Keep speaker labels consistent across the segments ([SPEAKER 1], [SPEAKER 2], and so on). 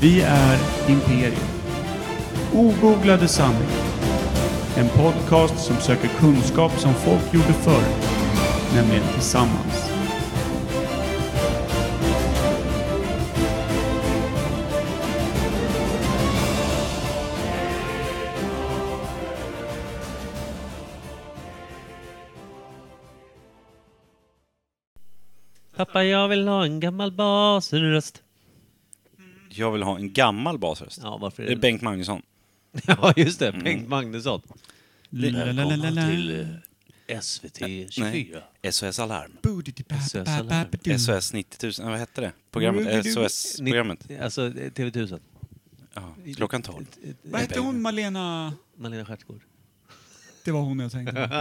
[SPEAKER 1] Vi är Imperium. Ogooglade sanningar. En podcast som söker kunskap som folk gjorde förr, nämligen tillsammans.
[SPEAKER 2] Pappa, jag vill ha en gammal basröst.
[SPEAKER 3] Jag vill ha en gammal basröst.
[SPEAKER 2] Ja, varför är
[SPEAKER 3] Det är
[SPEAKER 2] det?
[SPEAKER 3] Bengt Magnusson.
[SPEAKER 2] ja, just det. Bengt Magnusson.
[SPEAKER 1] Lalalala.
[SPEAKER 2] eh, SVT
[SPEAKER 3] SOS Alarm.
[SPEAKER 1] Bo-di-di-ba-ba-ba-ba-dum.
[SPEAKER 3] SOS 90 000. Mm. Vad hette det? Programmet? SOS-programmet?
[SPEAKER 2] Alltså, eh, TV1000.
[SPEAKER 3] Ja, klockan 12.
[SPEAKER 1] Vad hette hon Malena?
[SPEAKER 2] Malena Stjärtgård. Mm.
[SPEAKER 1] Det var hon jag tänkte på.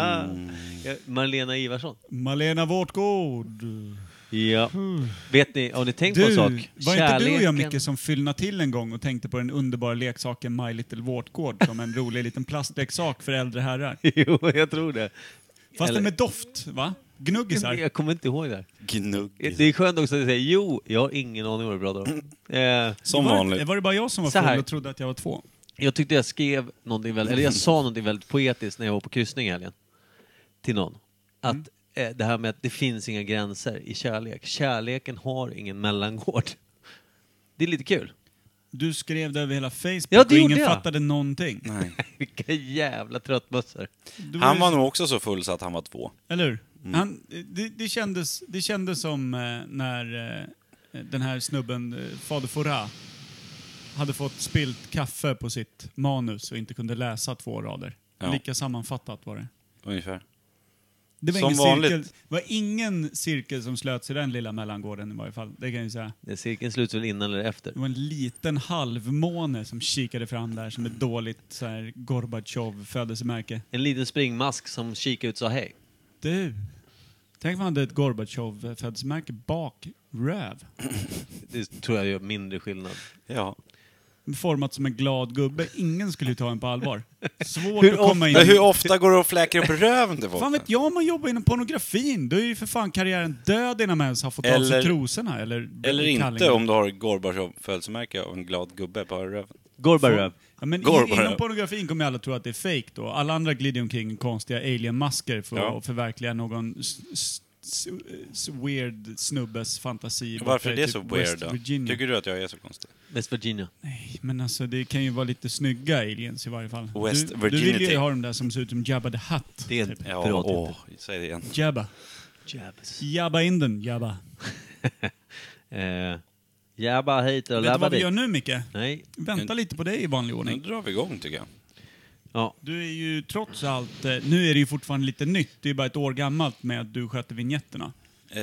[SPEAKER 2] Ja, Malena Ivarsson.
[SPEAKER 1] Malena Vårtgård.
[SPEAKER 2] Ja. Vet ni, har ni tänkt på
[SPEAKER 1] Du,
[SPEAKER 2] en sak?
[SPEAKER 1] var inte du och jag Micke som fyllna till en gång och tänkte på den underbara leksaken My Little Vårtgård som en rolig liten plastleksak för äldre herrar?
[SPEAKER 2] Jo, jag tror det.
[SPEAKER 1] Fast
[SPEAKER 2] Eller-
[SPEAKER 1] den med doft, va? Gnuggisar.
[SPEAKER 2] Jag kommer inte ihåg det. här. Det
[SPEAKER 3] Gnugg.
[SPEAKER 2] är skönt också att säga jo, jag har ingen aning vad det är bra då. Eh,
[SPEAKER 3] Som
[SPEAKER 1] var, det-
[SPEAKER 3] vanligt.
[SPEAKER 1] Var det bara jag som var
[SPEAKER 2] Så här.
[SPEAKER 1] full och trodde att jag var två?
[SPEAKER 2] Jag tyckte jag skrev någonting väldigt, eller jag sa någonting väldigt poetiskt när jag var på kryssning i helgen. Till någon. Att
[SPEAKER 1] Mm.
[SPEAKER 2] eh, det här med att det finns inga gränser i kärlek. Kärleken har ingen mellangård. Det är lite kul.
[SPEAKER 1] Du skrev det över hela Facebook
[SPEAKER 2] Ja, det
[SPEAKER 1] och ingen
[SPEAKER 2] gjorde jag.
[SPEAKER 1] fattade någonting.
[SPEAKER 3] Nej.
[SPEAKER 2] Vilka jävla tröttmössor.
[SPEAKER 1] Du
[SPEAKER 3] Han
[SPEAKER 1] ju-
[SPEAKER 3] var Mm. nog också så full så att han var två.
[SPEAKER 1] Eller hur? Han, det, det, kändes, det kändes som eh, när eh, den här snubben, eh, Fader Fora hade fått spilt kaffe på sitt manus och inte kunde läsa två rader.
[SPEAKER 3] Ja.
[SPEAKER 1] Lika sammanfattat var det.
[SPEAKER 3] Ungefär.
[SPEAKER 1] Det var,
[SPEAKER 3] Som
[SPEAKER 1] ingen cirkel,
[SPEAKER 3] vanligt.
[SPEAKER 1] var ingen cirkel som slöts i den lilla mellangården i varje fall. Det kan jag ju säga.
[SPEAKER 2] Det- Cirkeln sluts väl innan eller efter?
[SPEAKER 1] Det var en liten halvmåne som kikade fram där som ett dåligt så här, Gorbatjov födelsemärke.
[SPEAKER 2] En liten springmask som kikade ut och sa hej.
[SPEAKER 1] Du! Tänk om man hade ett Gorbatjov födelsemärke bak röv.
[SPEAKER 2] Det tror jag gör mindre skillnad.
[SPEAKER 3] Ja.
[SPEAKER 1] Format som en glad gubbe. Ingen skulle ju ta en på allvar. Svårt
[SPEAKER 2] Hur
[SPEAKER 1] att komma
[SPEAKER 3] Men hur
[SPEAKER 1] in.
[SPEAKER 3] ofta går du och fläker upp röven till folk?
[SPEAKER 1] Fan vet jag om man jobbar inom pornografin? Då är ju för fan karriären död innan man ens har fått av sig
[SPEAKER 3] Eller-
[SPEAKER 1] trosorna eller
[SPEAKER 3] Eller inte
[SPEAKER 1] kallingarna.
[SPEAKER 3] om du har Gorbatjov födelsemärke och en glad gubbe på röven.
[SPEAKER 2] Gorbaröv.
[SPEAKER 1] Ja, men i,
[SPEAKER 3] Går bara.
[SPEAKER 1] inom pornografin kommer ju alla tro att det är fake då. Alla andra glider omkring i konstiga alien-masker för
[SPEAKER 3] Ja.
[SPEAKER 1] att förverkliga någon s- s- s- s- weird snubbes fantasi.
[SPEAKER 3] Varför
[SPEAKER 1] borta
[SPEAKER 3] är
[SPEAKER 1] i
[SPEAKER 3] det
[SPEAKER 1] typ
[SPEAKER 3] så
[SPEAKER 1] West
[SPEAKER 3] weird då?
[SPEAKER 1] Virginia.
[SPEAKER 3] Tycker du att jag är så konstig?
[SPEAKER 2] West Virginia.
[SPEAKER 1] Nej, men alltså det kan ju vara lite snygga aliens i varje fall.
[SPEAKER 3] West
[SPEAKER 1] du, du vill ju
[SPEAKER 3] Virginity.
[SPEAKER 1] ha de där som ser ut som Jabba the Hutt.
[SPEAKER 2] Det är en
[SPEAKER 3] Ja,
[SPEAKER 2] bra typ.
[SPEAKER 3] åh,
[SPEAKER 2] titel.
[SPEAKER 3] säg det igen.
[SPEAKER 1] Jabba.
[SPEAKER 2] Jävligt.
[SPEAKER 1] Jabba in den, Jabba.
[SPEAKER 2] Eh, Jabba hit och
[SPEAKER 1] Vet du
[SPEAKER 2] labba
[SPEAKER 1] vad vi
[SPEAKER 2] dit.
[SPEAKER 1] gör nu, Micke?
[SPEAKER 2] Nej.
[SPEAKER 1] Vänta lite på dig i vanlig
[SPEAKER 3] Nu
[SPEAKER 1] ordning.
[SPEAKER 3] drar vi igång tycker jag.
[SPEAKER 2] Ja.
[SPEAKER 1] Du är ju trots allt, eh, nu är det ju fortfarande lite nytt, det är bara ett år gammalt med att du sköter vignetterna.
[SPEAKER 3] Eh,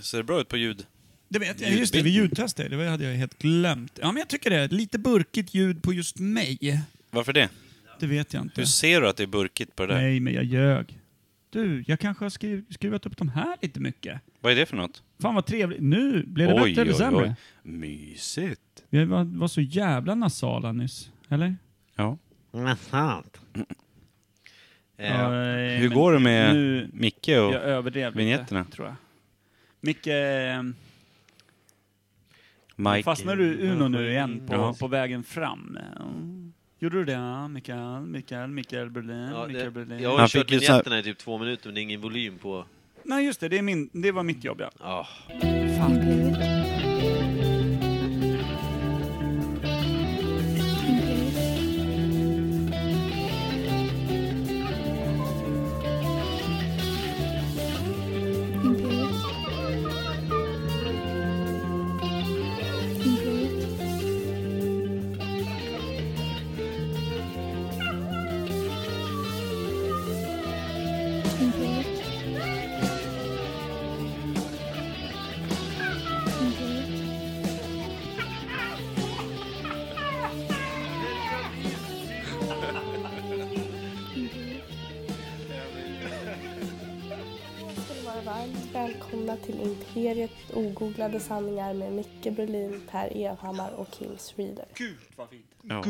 [SPEAKER 3] ser det bra ut på ljud?
[SPEAKER 1] Det vet jag, just det, vi ljudtestade, det var- hade jag helt glömt. Ja men jag tycker det, är lite burkigt ljud på just mig.
[SPEAKER 3] Varför det?
[SPEAKER 1] Det vet jag inte.
[SPEAKER 3] Hur ser du att det är burkigt på det där?
[SPEAKER 1] Nej men jag ljög. Du, jag kanske har skruv, skruvat upp de här lite mycket.
[SPEAKER 3] Vad är det för något?
[SPEAKER 1] Fan vad trevligt. Nu, blev det bättre eller sämre?
[SPEAKER 3] Mysigt.
[SPEAKER 1] Vi var, var så jävla nasala nyss, eller?
[SPEAKER 3] Ja.
[SPEAKER 2] Men sant. Eh,
[SPEAKER 1] Eh,
[SPEAKER 3] Hur
[SPEAKER 1] men
[SPEAKER 3] går det med
[SPEAKER 1] Nu,
[SPEAKER 3] Micke och...
[SPEAKER 1] jag överdrev
[SPEAKER 3] vignetterna?
[SPEAKER 1] lite, tror jag. Micke, eh,
[SPEAKER 3] Mike.
[SPEAKER 1] fastnar du i Uno nu igen på,
[SPEAKER 3] Ja.
[SPEAKER 1] på vägen fram? Mm. Gjorde du det, Mikael? Mikael, Mikael Berlin,
[SPEAKER 2] Ja,
[SPEAKER 1] Mikael
[SPEAKER 2] det,
[SPEAKER 1] Berlin?
[SPEAKER 2] jag har ju
[SPEAKER 3] Han fick
[SPEAKER 2] kört
[SPEAKER 3] ju så här-
[SPEAKER 2] vinjetterna i typ två minuter men det är ingen volym på...
[SPEAKER 1] Nej, just det, det, är min, det var mitt jobb ja.
[SPEAKER 2] Ah.
[SPEAKER 4] ska ni vara varmt välkomna till Imperiet ogooglade sanningar med Micke Berlin, Per Evhammar och Kim Reader.
[SPEAKER 3] Ja.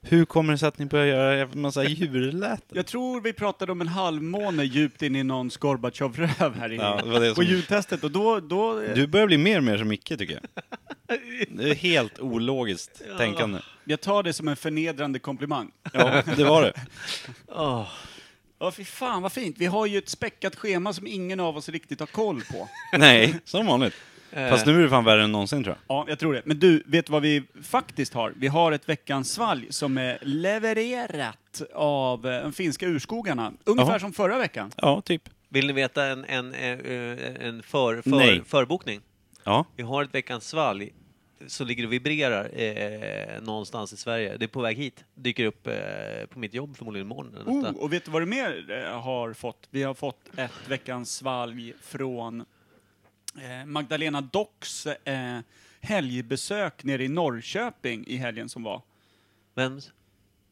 [SPEAKER 3] Hur kommer det sig att ni börjar göra en massa djurläten?
[SPEAKER 1] Jag tror vi pratade om en halvmåne djupt in i någons Gorbatjov-röv här inne.
[SPEAKER 3] Ja, det var det
[SPEAKER 1] På
[SPEAKER 3] som...
[SPEAKER 1] ljudtestet och då... då
[SPEAKER 3] Du börjar bli mer och mer som Micke tycker jag. Det är helt ologiskt tänkande.
[SPEAKER 1] Jag tar det som en förnedrande komplimang.
[SPEAKER 3] Ja, det var det.
[SPEAKER 2] Åh,
[SPEAKER 1] Ja, fy fan vad fint. Vi har ju ett späckat schema som ingen av oss riktigt har koll på.
[SPEAKER 3] Nej, som vanligt.
[SPEAKER 1] Eh.
[SPEAKER 3] Fast nu är det fan värre än någonsin tror
[SPEAKER 1] Ja, jag tror det. Men du, vet du vad vi faktiskt har? Vi har ett Veckans svalg som är levererat av eh, de finska urskogarna. Ungefär
[SPEAKER 3] Jaha.
[SPEAKER 1] som förra veckan.
[SPEAKER 3] jag. Ja, typ.
[SPEAKER 2] Vill ni veta en, en, eh, eh, en för,
[SPEAKER 3] Nej.
[SPEAKER 2] för, förbokning?
[SPEAKER 3] Ja.
[SPEAKER 2] Vi har ett Veckans svalg som ligger och vibrerar eh, någonstans i Sverige. Det är på väg hit. Dyker upp eh, på mitt jobb förmodligen imorgon. eller
[SPEAKER 1] Oh,
[SPEAKER 2] nästa.
[SPEAKER 1] och vet du vad du mer eh, har fått? Vi har fått ett Veckans svalg från eh, Magdalena Docks eh, helgbesök nere i Norrköping i helgen som var.
[SPEAKER 2] Vems?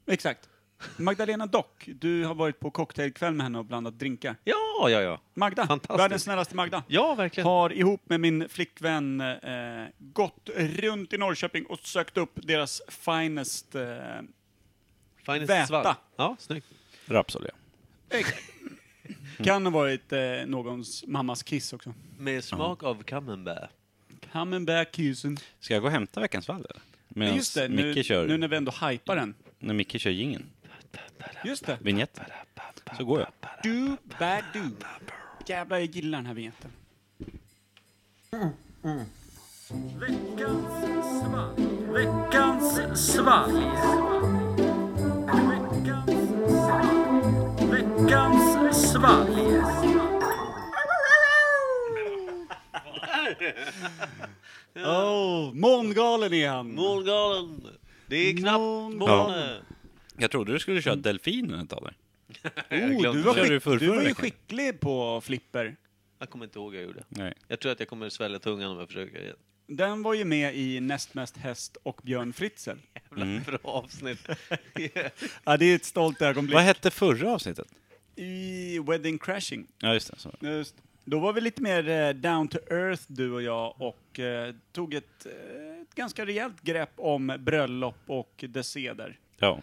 [SPEAKER 1] Exakt. Magdalena Dock, du har varit på cocktailkväll med henne och blandat drinkar.
[SPEAKER 2] Ja, ja, ja.
[SPEAKER 1] Magda,
[SPEAKER 2] Fantastiskt.
[SPEAKER 1] världens snällaste Magda.
[SPEAKER 2] Ja, verkligen.
[SPEAKER 1] Har ihop med min flickvän eh, gått runt i Norrköping och sökt upp deras finest... Eh,
[SPEAKER 2] Finest
[SPEAKER 1] Väta.
[SPEAKER 2] svalg. Ja, snyggt.
[SPEAKER 3] Rapsolja.
[SPEAKER 1] ägg. kan ha varit eh, någons mammas kiss också.
[SPEAKER 2] Med smak av camembert.
[SPEAKER 1] Camembert kissen.
[SPEAKER 3] Ska jag gå och hämta veckans fall eller?
[SPEAKER 1] Men
[SPEAKER 3] Medan
[SPEAKER 1] just det,
[SPEAKER 3] Micke
[SPEAKER 1] nu,
[SPEAKER 3] kör,
[SPEAKER 1] nu när vi ändå hypar den.
[SPEAKER 3] när Micke kör jingeln.
[SPEAKER 1] Just det.
[SPEAKER 3] Vinjett. Så går jag.
[SPEAKER 1] Do, bad do. Jävlar, jag gillar den här vinjetten. Veckans svalg. Veckans svalg. Veckans svalg. Oh, mångalen är han.
[SPEAKER 2] Målgalen! Det är knappt
[SPEAKER 1] Mån-
[SPEAKER 2] morgon.
[SPEAKER 3] Ja. Jag trodde du skulle köra delfinen ett tag där.
[SPEAKER 1] Oh, du,
[SPEAKER 2] glömde
[SPEAKER 1] var
[SPEAKER 3] det. Körde du
[SPEAKER 1] skick,
[SPEAKER 3] förrförra
[SPEAKER 1] du var ju
[SPEAKER 3] veckan?
[SPEAKER 1] skicklig på flipper.
[SPEAKER 2] Jag kommer inte ihåg hur jag gjorde.
[SPEAKER 3] Nej.
[SPEAKER 2] Jag tror att jag kommer svälja tungan om jag försöker. igen.
[SPEAKER 1] Den var ju med i Näst mest häst och Björn Fritzl.
[SPEAKER 2] Jävla bra avsnitt.
[SPEAKER 1] Ja, det är ett stolt
[SPEAKER 3] Vad
[SPEAKER 1] ögonblick.
[SPEAKER 3] hette förra avsnittet?
[SPEAKER 1] I Wedding Crashing.
[SPEAKER 3] Ja, just det. Så.
[SPEAKER 1] Just. Då var vi lite mer eh, down to earth, du och jag, och eh, tog ett, eh, ett ganska rejält grepp om bröllop och dess seder.
[SPEAKER 3] Ja.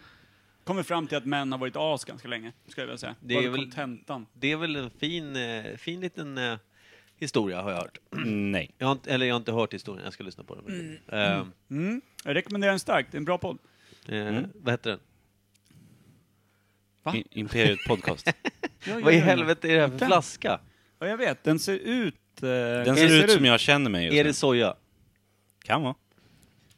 [SPEAKER 1] Kommer fram till att män har varit as ganska länge, skulle jag vilja säga.
[SPEAKER 2] Det
[SPEAKER 1] Det
[SPEAKER 2] är
[SPEAKER 1] är
[SPEAKER 2] väl-
[SPEAKER 1] kontentan.
[SPEAKER 2] Det är väl en fin, eh, fin liten eh, historia har jag hört.
[SPEAKER 3] Nej.
[SPEAKER 2] Jag har inte, eller jag har inte hört historien, jag ska lyssna på den. Eh,
[SPEAKER 1] Mm. Jag rekommenderar den starkt, det är en bra podd.
[SPEAKER 2] eh,
[SPEAKER 1] Mm.
[SPEAKER 2] Vad heter den?
[SPEAKER 1] Va?
[SPEAKER 3] I- Imperiet Podcast.
[SPEAKER 1] Ja,
[SPEAKER 2] Vad i
[SPEAKER 1] ja, ja.
[SPEAKER 2] helvete är det här för
[SPEAKER 1] Den.
[SPEAKER 2] flaska?
[SPEAKER 1] Ja, jag vet. Den ser ut... eh,
[SPEAKER 3] Den ser ut som jag känner mig just
[SPEAKER 2] Är
[SPEAKER 3] nu.
[SPEAKER 2] det soja?
[SPEAKER 3] Kan vara.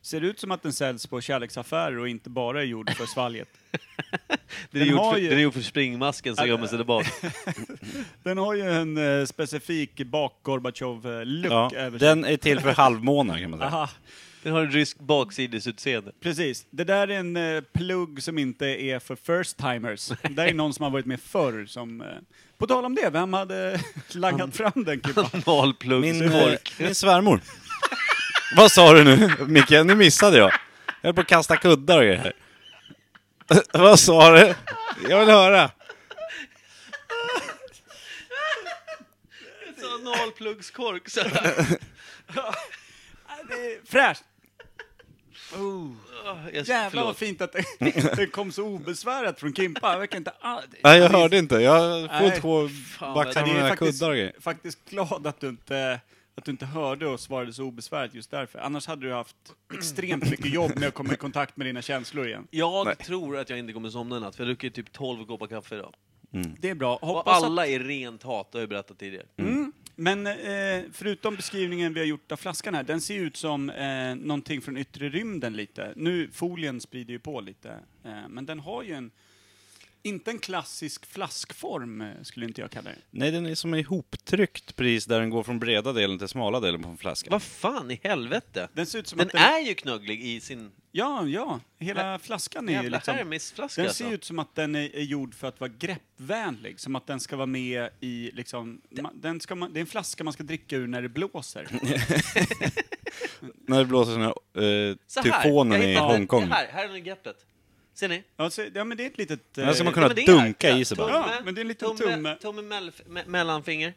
[SPEAKER 1] Ser ut som att den säljs på kärleksaffärer och inte bara är gjord för svalget.
[SPEAKER 2] Den är,
[SPEAKER 1] Den
[SPEAKER 2] gjord
[SPEAKER 1] har
[SPEAKER 2] för,
[SPEAKER 1] ju-
[SPEAKER 2] den är gjord för springmasken som gömmer sig där bak.
[SPEAKER 1] Den har ju en eh, specifik bak Gorbatjov-look
[SPEAKER 3] Ja.
[SPEAKER 1] över sig.
[SPEAKER 3] Den är till för halvmånar kan man säga.
[SPEAKER 1] Aha,
[SPEAKER 2] Den har en rysk baksidesutseende.
[SPEAKER 1] precis. Det där är en eh, plugg som inte är för first-timers. Det där är någon som har varit med förr som... Eh, på tal om det, vem hade langat fram den kupan?
[SPEAKER 3] Min, eh,
[SPEAKER 2] Analpluggskork.
[SPEAKER 3] min svärmor. Vad sa du nu Micke? Nu missade jag. Jag höll på att kasta kuddar och grejer. Vad sa du? Jag vill höra.
[SPEAKER 2] Analpluggskork sådär.
[SPEAKER 1] Fräscht!
[SPEAKER 2] Jag-
[SPEAKER 1] Jävlar vad
[SPEAKER 2] förlåt.
[SPEAKER 1] fint att det, det kom så obesvärat från Kimpa. Jag verkar inte ah, all...
[SPEAKER 3] Nej, jag hörde inte. Jag får
[SPEAKER 1] Nej.
[SPEAKER 3] två
[SPEAKER 2] vad-
[SPEAKER 1] Ja,
[SPEAKER 3] baxar
[SPEAKER 1] det
[SPEAKER 3] med
[SPEAKER 1] är
[SPEAKER 3] mina
[SPEAKER 1] faktiskt,
[SPEAKER 3] kuddar och grejer.
[SPEAKER 1] faktiskt glad att du, inte, att du inte hörde och svarade så obesvärat just därför. Annars hade du haft extremt mycket jobb med att komma i kontakt med dina känslor igen.
[SPEAKER 2] Jag tror att jag inte kommer somna i natt, för jag druckit typ 12 koppar kaffe idag.
[SPEAKER 3] Mm.
[SPEAKER 1] Det är bra.
[SPEAKER 2] Och
[SPEAKER 1] Hoppas att,
[SPEAKER 2] alla är rent hat, det har jag berättat tidigare.
[SPEAKER 1] mm. Men eh, förutom beskrivningen vi har gjort av flaskan här, den ser ju ut som eh, någonting från yttre rymden lite. Nu, folien sprider ju på lite. Eh, men den har ju en, inte en klassisk flaskform, eh, skulle inte jag kalla det.
[SPEAKER 3] Nej, den är som ihoptryckt precis där den går från breda delen till smala delen på en flaska.
[SPEAKER 2] Vad fan i helvete?
[SPEAKER 1] Den ser ut som
[SPEAKER 2] Den
[SPEAKER 1] att den...
[SPEAKER 2] är ju knögglig i sin
[SPEAKER 1] Ja, ja. Hela flaskan är ju
[SPEAKER 2] jävla
[SPEAKER 1] liksom...
[SPEAKER 2] Hermesflaska
[SPEAKER 1] Den
[SPEAKER 2] alltså.
[SPEAKER 1] ser ut som att den är, är gjord för att vara greppvänlig, som att den ska vara med i liksom... ma- Den ska man, det är en flaska man ska dricka ur när det blåser.
[SPEAKER 3] När det blåser såna uh,
[SPEAKER 2] Så här,
[SPEAKER 3] tyfonen
[SPEAKER 2] jag
[SPEAKER 3] i
[SPEAKER 2] hittade-
[SPEAKER 3] Hongkong.
[SPEAKER 2] det Här, här är den i greppet. Ser ni?
[SPEAKER 1] Ja, så, ja men det är ett litet...
[SPEAKER 3] Den ska man
[SPEAKER 1] eh,
[SPEAKER 3] kunna
[SPEAKER 2] Ja, men det är-
[SPEAKER 3] dunka i sig bara.
[SPEAKER 1] Ja, men det är en liten tumme.
[SPEAKER 2] Tumme, mellf- me- mellanfinger.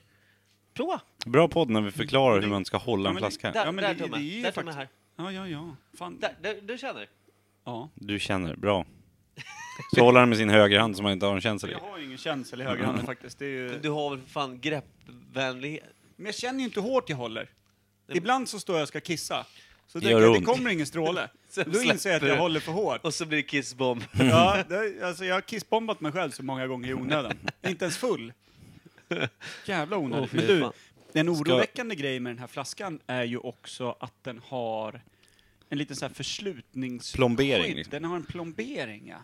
[SPEAKER 2] Prova!
[SPEAKER 3] Bra podd när vi förklarar hur man ska hålla en
[SPEAKER 1] men det-
[SPEAKER 3] flaska.
[SPEAKER 2] Där,
[SPEAKER 1] Ja, men
[SPEAKER 2] där
[SPEAKER 1] det-
[SPEAKER 2] tumme.
[SPEAKER 1] det är ju
[SPEAKER 2] där tumme
[SPEAKER 1] faktiskt-
[SPEAKER 2] här.
[SPEAKER 1] Ja, ja, ja. Fan.
[SPEAKER 2] Där, där, du känner?
[SPEAKER 1] Ja.
[SPEAKER 3] Du känner, bra. Så håller han med sin högra hand så man inte har en känsel i.
[SPEAKER 1] Jag har ju ingen känsel i högerhanden faktiskt. Det är ju...
[SPEAKER 2] Men Du har väl för fan greppvänlighet?
[SPEAKER 1] Men jag känner ju inte hur hårt jag håller.
[SPEAKER 2] men-
[SPEAKER 1] Ibland så står jag och ska kissa. Så
[SPEAKER 3] Det
[SPEAKER 1] tänker
[SPEAKER 3] gör
[SPEAKER 1] jag, det
[SPEAKER 3] ont.
[SPEAKER 1] kommer ingen stråle.
[SPEAKER 2] Sen
[SPEAKER 1] Då inser jag att
[SPEAKER 2] släpper
[SPEAKER 1] jag
[SPEAKER 2] det.
[SPEAKER 1] håller för hårt.
[SPEAKER 2] Och så blir det kissbomb.
[SPEAKER 3] Mm.
[SPEAKER 1] Ja, det, alltså jag har kissbombat mig själv så många gånger i onödan. Inte ens full. Jävla onödigt.
[SPEAKER 2] Åh, fy
[SPEAKER 1] Men du,
[SPEAKER 2] fan.
[SPEAKER 1] den oroväckande grejen med den här flaskan är ju också att den har en liten så här förslutnings...
[SPEAKER 3] Plombering,
[SPEAKER 1] skydd.
[SPEAKER 3] liksom.
[SPEAKER 1] Den har en plombering, ja.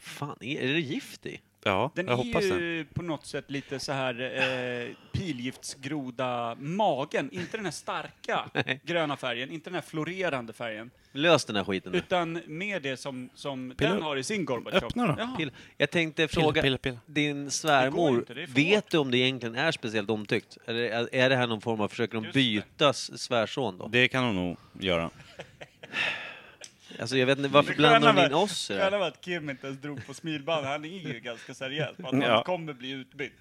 [SPEAKER 2] Fan, är, är det gift i?
[SPEAKER 3] Ja,
[SPEAKER 1] Den
[SPEAKER 3] jag
[SPEAKER 1] är
[SPEAKER 3] hoppas det.
[SPEAKER 1] ju på något sätt lite så här eh, pilgiftsgroda magen. Inte den här starka gröna färgen, inte den här florerande färgen.
[SPEAKER 2] Lös den här skiten nu.
[SPEAKER 1] Utan mer det som, som
[SPEAKER 3] Pilla
[SPEAKER 1] den
[SPEAKER 3] upp.
[SPEAKER 1] har i sin Gorbatjov.
[SPEAKER 3] Öppna då.
[SPEAKER 1] Ja.
[SPEAKER 2] Pill. Jag tänkte fråga
[SPEAKER 3] pilla, pilla.
[SPEAKER 2] din
[SPEAKER 1] Det går
[SPEAKER 2] svärmor,
[SPEAKER 1] inte, det är för hårt.
[SPEAKER 2] vet du om det egentligen är speciellt omtyckt? Eller är- är det här någon form av, försöker de
[SPEAKER 1] Just det.
[SPEAKER 2] byta s- svärson då?
[SPEAKER 3] Det kan hon nog göra.
[SPEAKER 2] Alltså jag vet inte, varför blandar de in oss eh, i det
[SPEAKER 1] Det sköna
[SPEAKER 2] här?
[SPEAKER 1] var att Kim inte ens drog på smilband. Han är ju ganska seriös på att han
[SPEAKER 3] Ja.
[SPEAKER 1] kommer bli utbytt.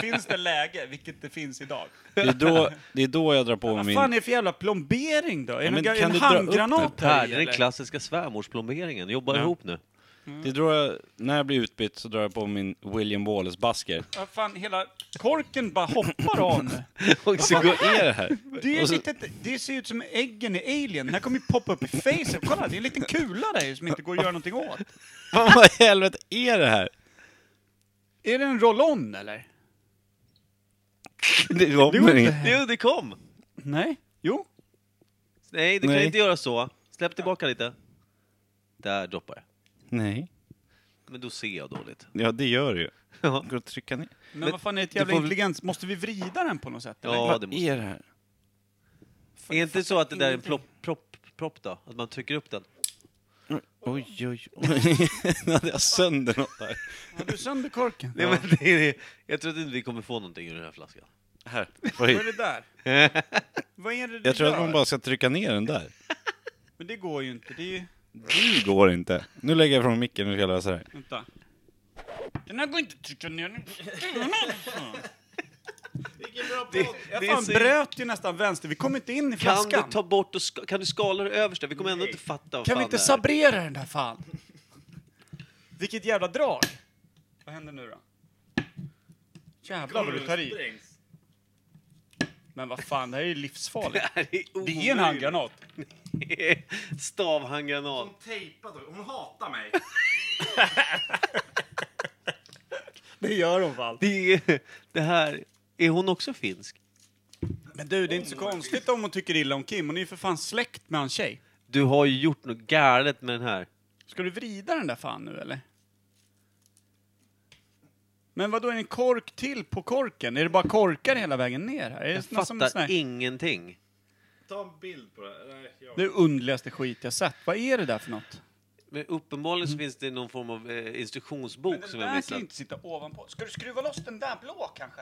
[SPEAKER 1] Finns det läge, vilket det finns idag?
[SPEAKER 3] Det är då, det är då jag drar på
[SPEAKER 1] Vad
[SPEAKER 3] min...
[SPEAKER 1] fan är det för jävla plombering då? Är
[SPEAKER 3] men
[SPEAKER 1] det någon-
[SPEAKER 3] kan
[SPEAKER 1] en
[SPEAKER 3] du dra upp
[SPEAKER 1] handgranat
[SPEAKER 2] Det här
[SPEAKER 1] här i,
[SPEAKER 2] det är den
[SPEAKER 1] eller?
[SPEAKER 2] klassiska svärmorsplomberingen, jobba
[SPEAKER 3] Ja.
[SPEAKER 2] ihop nu.
[SPEAKER 3] Det är då jag, när jag blir utbytt så drar jag på min William Wallace-basker.
[SPEAKER 1] Vad fan, hela korken bara hoppar av nu.
[SPEAKER 2] Och så
[SPEAKER 3] Vad är det här?
[SPEAKER 1] Det, är
[SPEAKER 3] Och så-
[SPEAKER 1] litet, det ser ut som äggen i Alien. Den här kommer ju poppa upp i facet. Kolla, det är en liten kula där som inte går att göra någonting åt.
[SPEAKER 3] Fan, vad i helvete är det här?
[SPEAKER 1] Är det en roll-on eller?
[SPEAKER 3] Det kommer inget.
[SPEAKER 2] Jo, det kom!
[SPEAKER 1] Nej. Jo.
[SPEAKER 2] Nej, du kan
[SPEAKER 3] Nej.
[SPEAKER 2] inte göra så. Släpp tillbaka lite. Där droppar det.
[SPEAKER 3] Nej.
[SPEAKER 2] Men då ser jag dåligt.
[SPEAKER 3] Ja, det gör det ju.
[SPEAKER 2] Ja,
[SPEAKER 3] Går att trycka ner.
[SPEAKER 1] Men,
[SPEAKER 2] Men
[SPEAKER 1] vad fan är det ett
[SPEAKER 2] du
[SPEAKER 1] jävla
[SPEAKER 2] får väl-
[SPEAKER 1] intelligens? Måste vi vrida den på något sätt? eller?
[SPEAKER 2] ja det måste...
[SPEAKER 3] är det här?
[SPEAKER 2] Är inte så att det där är en
[SPEAKER 1] ingenting.
[SPEAKER 2] plopp, propp, propp då? Att man trycker upp den?
[SPEAKER 3] Oj, oj, oj. Nu hade jag sönder något där.
[SPEAKER 1] Har du sönder korken?
[SPEAKER 2] Nej, men det är, jag tror att inte vi kommer få någonting ur den här flaskan.
[SPEAKER 3] Här.
[SPEAKER 1] Vad är det där? Vad är det du
[SPEAKER 3] Jag tror
[SPEAKER 1] gör?
[SPEAKER 3] att man bara ska trycka ner den där.
[SPEAKER 1] Men det går ju inte. Det är ju...
[SPEAKER 3] Det går inte. Nu lägger jag ifrån micken, nu ska jag lösa det här.
[SPEAKER 1] Vänta. Den här går inte att trycka ner. Vilken bra podd! Jag
[SPEAKER 2] det är
[SPEAKER 1] fan
[SPEAKER 2] så-
[SPEAKER 1] bröt ju nästan vänster. Vi kom inte in i
[SPEAKER 2] Kan
[SPEAKER 1] flaskan.
[SPEAKER 2] du ta bort och ska, kan du skala det översta? Vi kommer ändå inte fatta vad
[SPEAKER 1] Kan
[SPEAKER 2] fan
[SPEAKER 1] vi inte
[SPEAKER 2] det är.
[SPEAKER 1] sabrera den där fan? Vilket jävla drag! Vad händer nu då? Jävlar vad du tar i. Men vad fan, det här är ju livsfarligt.
[SPEAKER 2] Det här
[SPEAKER 1] Det är en handgranat.
[SPEAKER 2] omöjligt. Stavhandgranat.
[SPEAKER 5] tejpad. Hon hatar mig.
[SPEAKER 1] Det gör de fan.
[SPEAKER 2] Det, är- det här... Är hon också finsk?
[SPEAKER 1] Men du, det är inte så konstigt om hon tycker illa om Kim. Hon är ju för fan släkt med hans tjej.
[SPEAKER 2] Du har ju gjort något galet med den här.
[SPEAKER 1] Ska du vrida den där fan nu eller? Men vad då är det en kork till på korken? Är det bara korkar hela vägen ner här? Är det
[SPEAKER 2] Jag
[SPEAKER 1] nästan som en sån
[SPEAKER 2] fattar
[SPEAKER 1] här-
[SPEAKER 2] ingenting.
[SPEAKER 5] Ta en bild på det. Nej, jag...
[SPEAKER 1] Det är underligaste skit jag sett. Vad är det där för något?
[SPEAKER 2] Men uppenbarligen så finns det någon form av eh, instruktionsbok
[SPEAKER 1] den
[SPEAKER 2] som jag
[SPEAKER 1] Mm. där kan
[SPEAKER 2] missat.
[SPEAKER 1] ju inte sitta ovanpå. Ska du skruva loss den där blå kanske?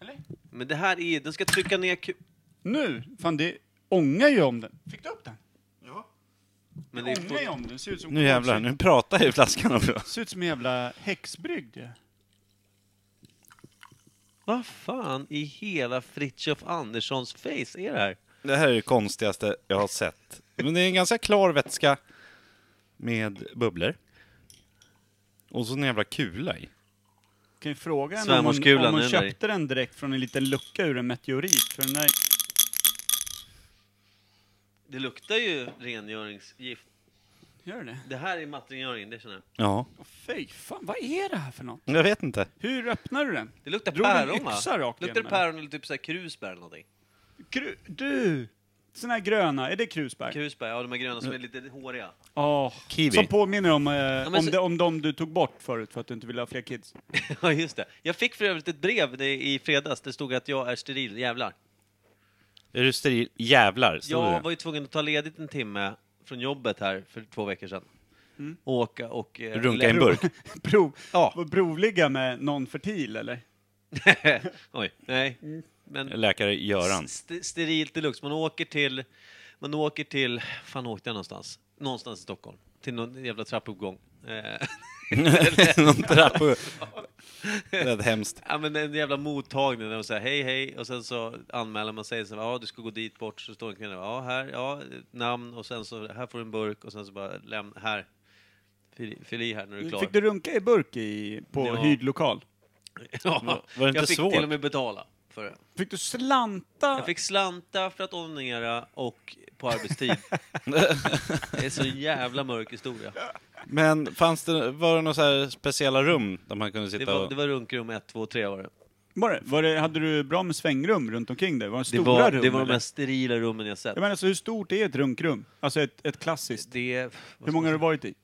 [SPEAKER 1] Eller?
[SPEAKER 2] Men det här är Den ska trycka ner ku-
[SPEAKER 1] Nu! Fan det ångar ju om den. Fick du upp den?
[SPEAKER 5] Ja.
[SPEAKER 2] Men
[SPEAKER 1] Det
[SPEAKER 2] det
[SPEAKER 1] ångar ju
[SPEAKER 2] är
[SPEAKER 1] om den. Ser ut som
[SPEAKER 3] Nu jävlar, nu pratar jag i flaskan också.
[SPEAKER 1] Ser ut som en jävla häxbrygd ju.
[SPEAKER 2] Vad fan i hela Fritiof Anderssons face är det här?
[SPEAKER 3] Det här är det konstigaste jag har sett. Men det är en ganska klar vätska med bubblor. Och så en jävla kula i.
[SPEAKER 1] Kan ju fråga henne om hon,
[SPEAKER 2] Svärmorskulan,
[SPEAKER 1] om hon
[SPEAKER 2] den där.
[SPEAKER 1] köpte den direkt från en liten lucka ur en meteorit. För den där...
[SPEAKER 2] Det luktar ju rengöringsgift.
[SPEAKER 1] Gör det?
[SPEAKER 2] Det här är mattrengöring, det känner jag.
[SPEAKER 3] Ja.
[SPEAKER 1] Åh fy fan, vad är det här för något?
[SPEAKER 3] Jag vet inte.
[SPEAKER 1] Hur öppnar du den?
[SPEAKER 2] Det luktar
[SPEAKER 1] Drog du en
[SPEAKER 2] päron va?
[SPEAKER 1] yxa rakt
[SPEAKER 2] luktar det
[SPEAKER 1] igenom, eller?
[SPEAKER 2] päron eller typ så här krusbär eller någonting?
[SPEAKER 1] Kru- du! Såna här gröna, är det krusbär?
[SPEAKER 2] Krusbär, ja de här gröna som är lite håriga.
[SPEAKER 1] Ja.
[SPEAKER 3] Kiwi.
[SPEAKER 1] Som påminner om, eh,
[SPEAKER 2] men
[SPEAKER 1] om,
[SPEAKER 2] så-
[SPEAKER 1] de, om de du tog bort förut för att du inte ville ha fler kids.
[SPEAKER 2] Ja just det. Jag fick för övrigt ett brev det- i fredags, det stod att jag är steril, jävlar.
[SPEAKER 3] Är du steril? Jävlar, stod
[SPEAKER 2] Jag
[SPEAKER 3] det.
[SPEAKER 2] var ju tvungen att ta ledigt en timme från jobbet här för två veckor sedan. Åka och... eh,
[SPEAKER 3] Mm. Runka i en burk.
[SPEAKER 1] Prov,
[SPEAKER 2] Ja.
[SPEAKER 1] ja. Provligga med någon fertil eller?
[SPEAKER 2] Oj, nej.
[SPEAKER 3] Mm.
[SPEAKER 2] Men
[SPEAKER 3] Läkare Göran.
[SPEAKER 2] St- sterilt deluxe. Man åker till... Man åker till... fan åkte jag någonstans? Någonstans i Stockholm. Till någon jävla trappuppgång. Eh,
[SPEAKER 3] Någon trappa. Det är hemskt.
[SPEAKER 2] ja, men en jävla mottagning där de säger hej, hej och sen så anmäler man sig. Så, ja, du ska gå dit bort. Så står en kvinna. Ja, här. Ja, namn. Och sen så här får du en burk och sen så bara lämna. Här. Fyll, fyll i här när du är klar.
[SPEAKER 1] Fick du runka i burk i, på
[SPEAKER 2] Ja.
[SPEAKER 1] hyrd lokal?
[SPEAKER 2] ja,
[SPEAKER 3] det inte
[SPEAKER 2] jag fick
[SPEAKER 3] svårt?
[SPEAKER 2] till och med betala. för det.
[SPEAKER 1] Fick du slanta?
[SPEAKER 2] Jag fick slanta för att onanera och på arbetstid. det är så en jävla mörk historia.
[SPEAKER 3] Men fanns det, var det några så här speciella rum där man kunde
[SPEAKER 2] Det
[SPEAKER 3] sitta
[SPEAKER 2] var,
[SPEAKER 3] och...
[SPEAKER 2] det var runkrum 1, 2, 3 var det.
[SPEAKER 1] Var det, var det, hade du bra med svängrum runt omkring dig? Var det
[SPEAKER 2] Det
[SPEAKER 1] stora
[SPEAKER 2] var,
[SPEAKER 1] rum?
[SPEAKER 2] det var de
[SPEAKER 1] eller?
[SPEAKER 2] mest sterila rummen jag sett.
[SPEAKER 1] Jag menar, alltså, hur stort är ett runkrum? Alltså ett, ett klassiskt.
[SPEAKER 2] Det, vad
[SPEAKER 1] Hur många
[SPEAKER 2] ska man
[SPEAKER 1] har du
[SPEAKER 2] säga?
[SPEAKER 1] varit i?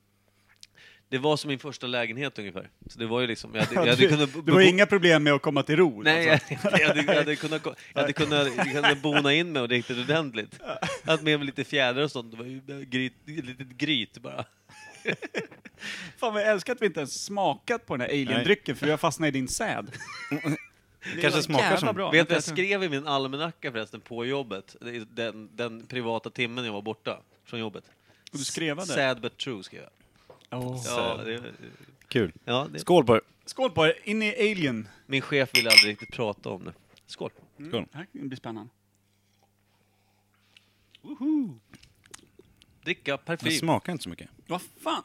[SPEAKER 2] det var som min första lägenhet ungefär. Så det var ju liksom, jag hade, jag
[SPEAKER 1] Ja,
[SPEAKER 2] hade kunnat...
[SPEAKER 1] du, du har
[SPEAKER 2] bebo-
[SPEAKER 1] inga problem med att komma till ro?
[SPEAKER 2] Nej, jag,
[SPEAKER 1] alltså.
[SPEAKER 2] jag, hade, jag hade kunnat, ko- jag hade kunnat, jag hade kunnat bona in mig riktigt ordentligt. Jag hade med mig lite fjädrar och sånt. Det var ju bara gryt, ett litet gryt bara.
[SPEAKER 1] Fan, jag älskar att vi inte ens smakat på den här alien-drycken, för vi har fastnat i din säd.
[SPEAKER 3] Kanske smakar som...
[SPEAKER 1] bra.
[SPEAKER 2] Vet du vad jag skrev i min almanacka förresten på jobbet? Det är Den, den privata timmen jag var borta från jobbet.
[SPEAKER 1] Och du skrev det?
[SPEAKER 2] Sad but true skrev jag.
[SPEAKER 1] Åh.
[SPEAKER 2] Ja, det,
[SPEAKER 3] Kul.
[SPEAKER 2] ja, det,
[SPEAKER 3] Skål på er.
[SPEAKER 1] Skål på er, in i alien.
[SPEAKER 2] min chef ville aldrig riktigt prata om det. Skål.
[SPEAKER 3] Skål.
[SPEAKER 1] Det här blir spännande.
[SPEAKER 2] Dricka
[SPEAKER 3] Det
[SPEAKER 2] parfym.
[SPEAKER 3] smakar inte så mycket.
[SPEAKER 1] Vad fan?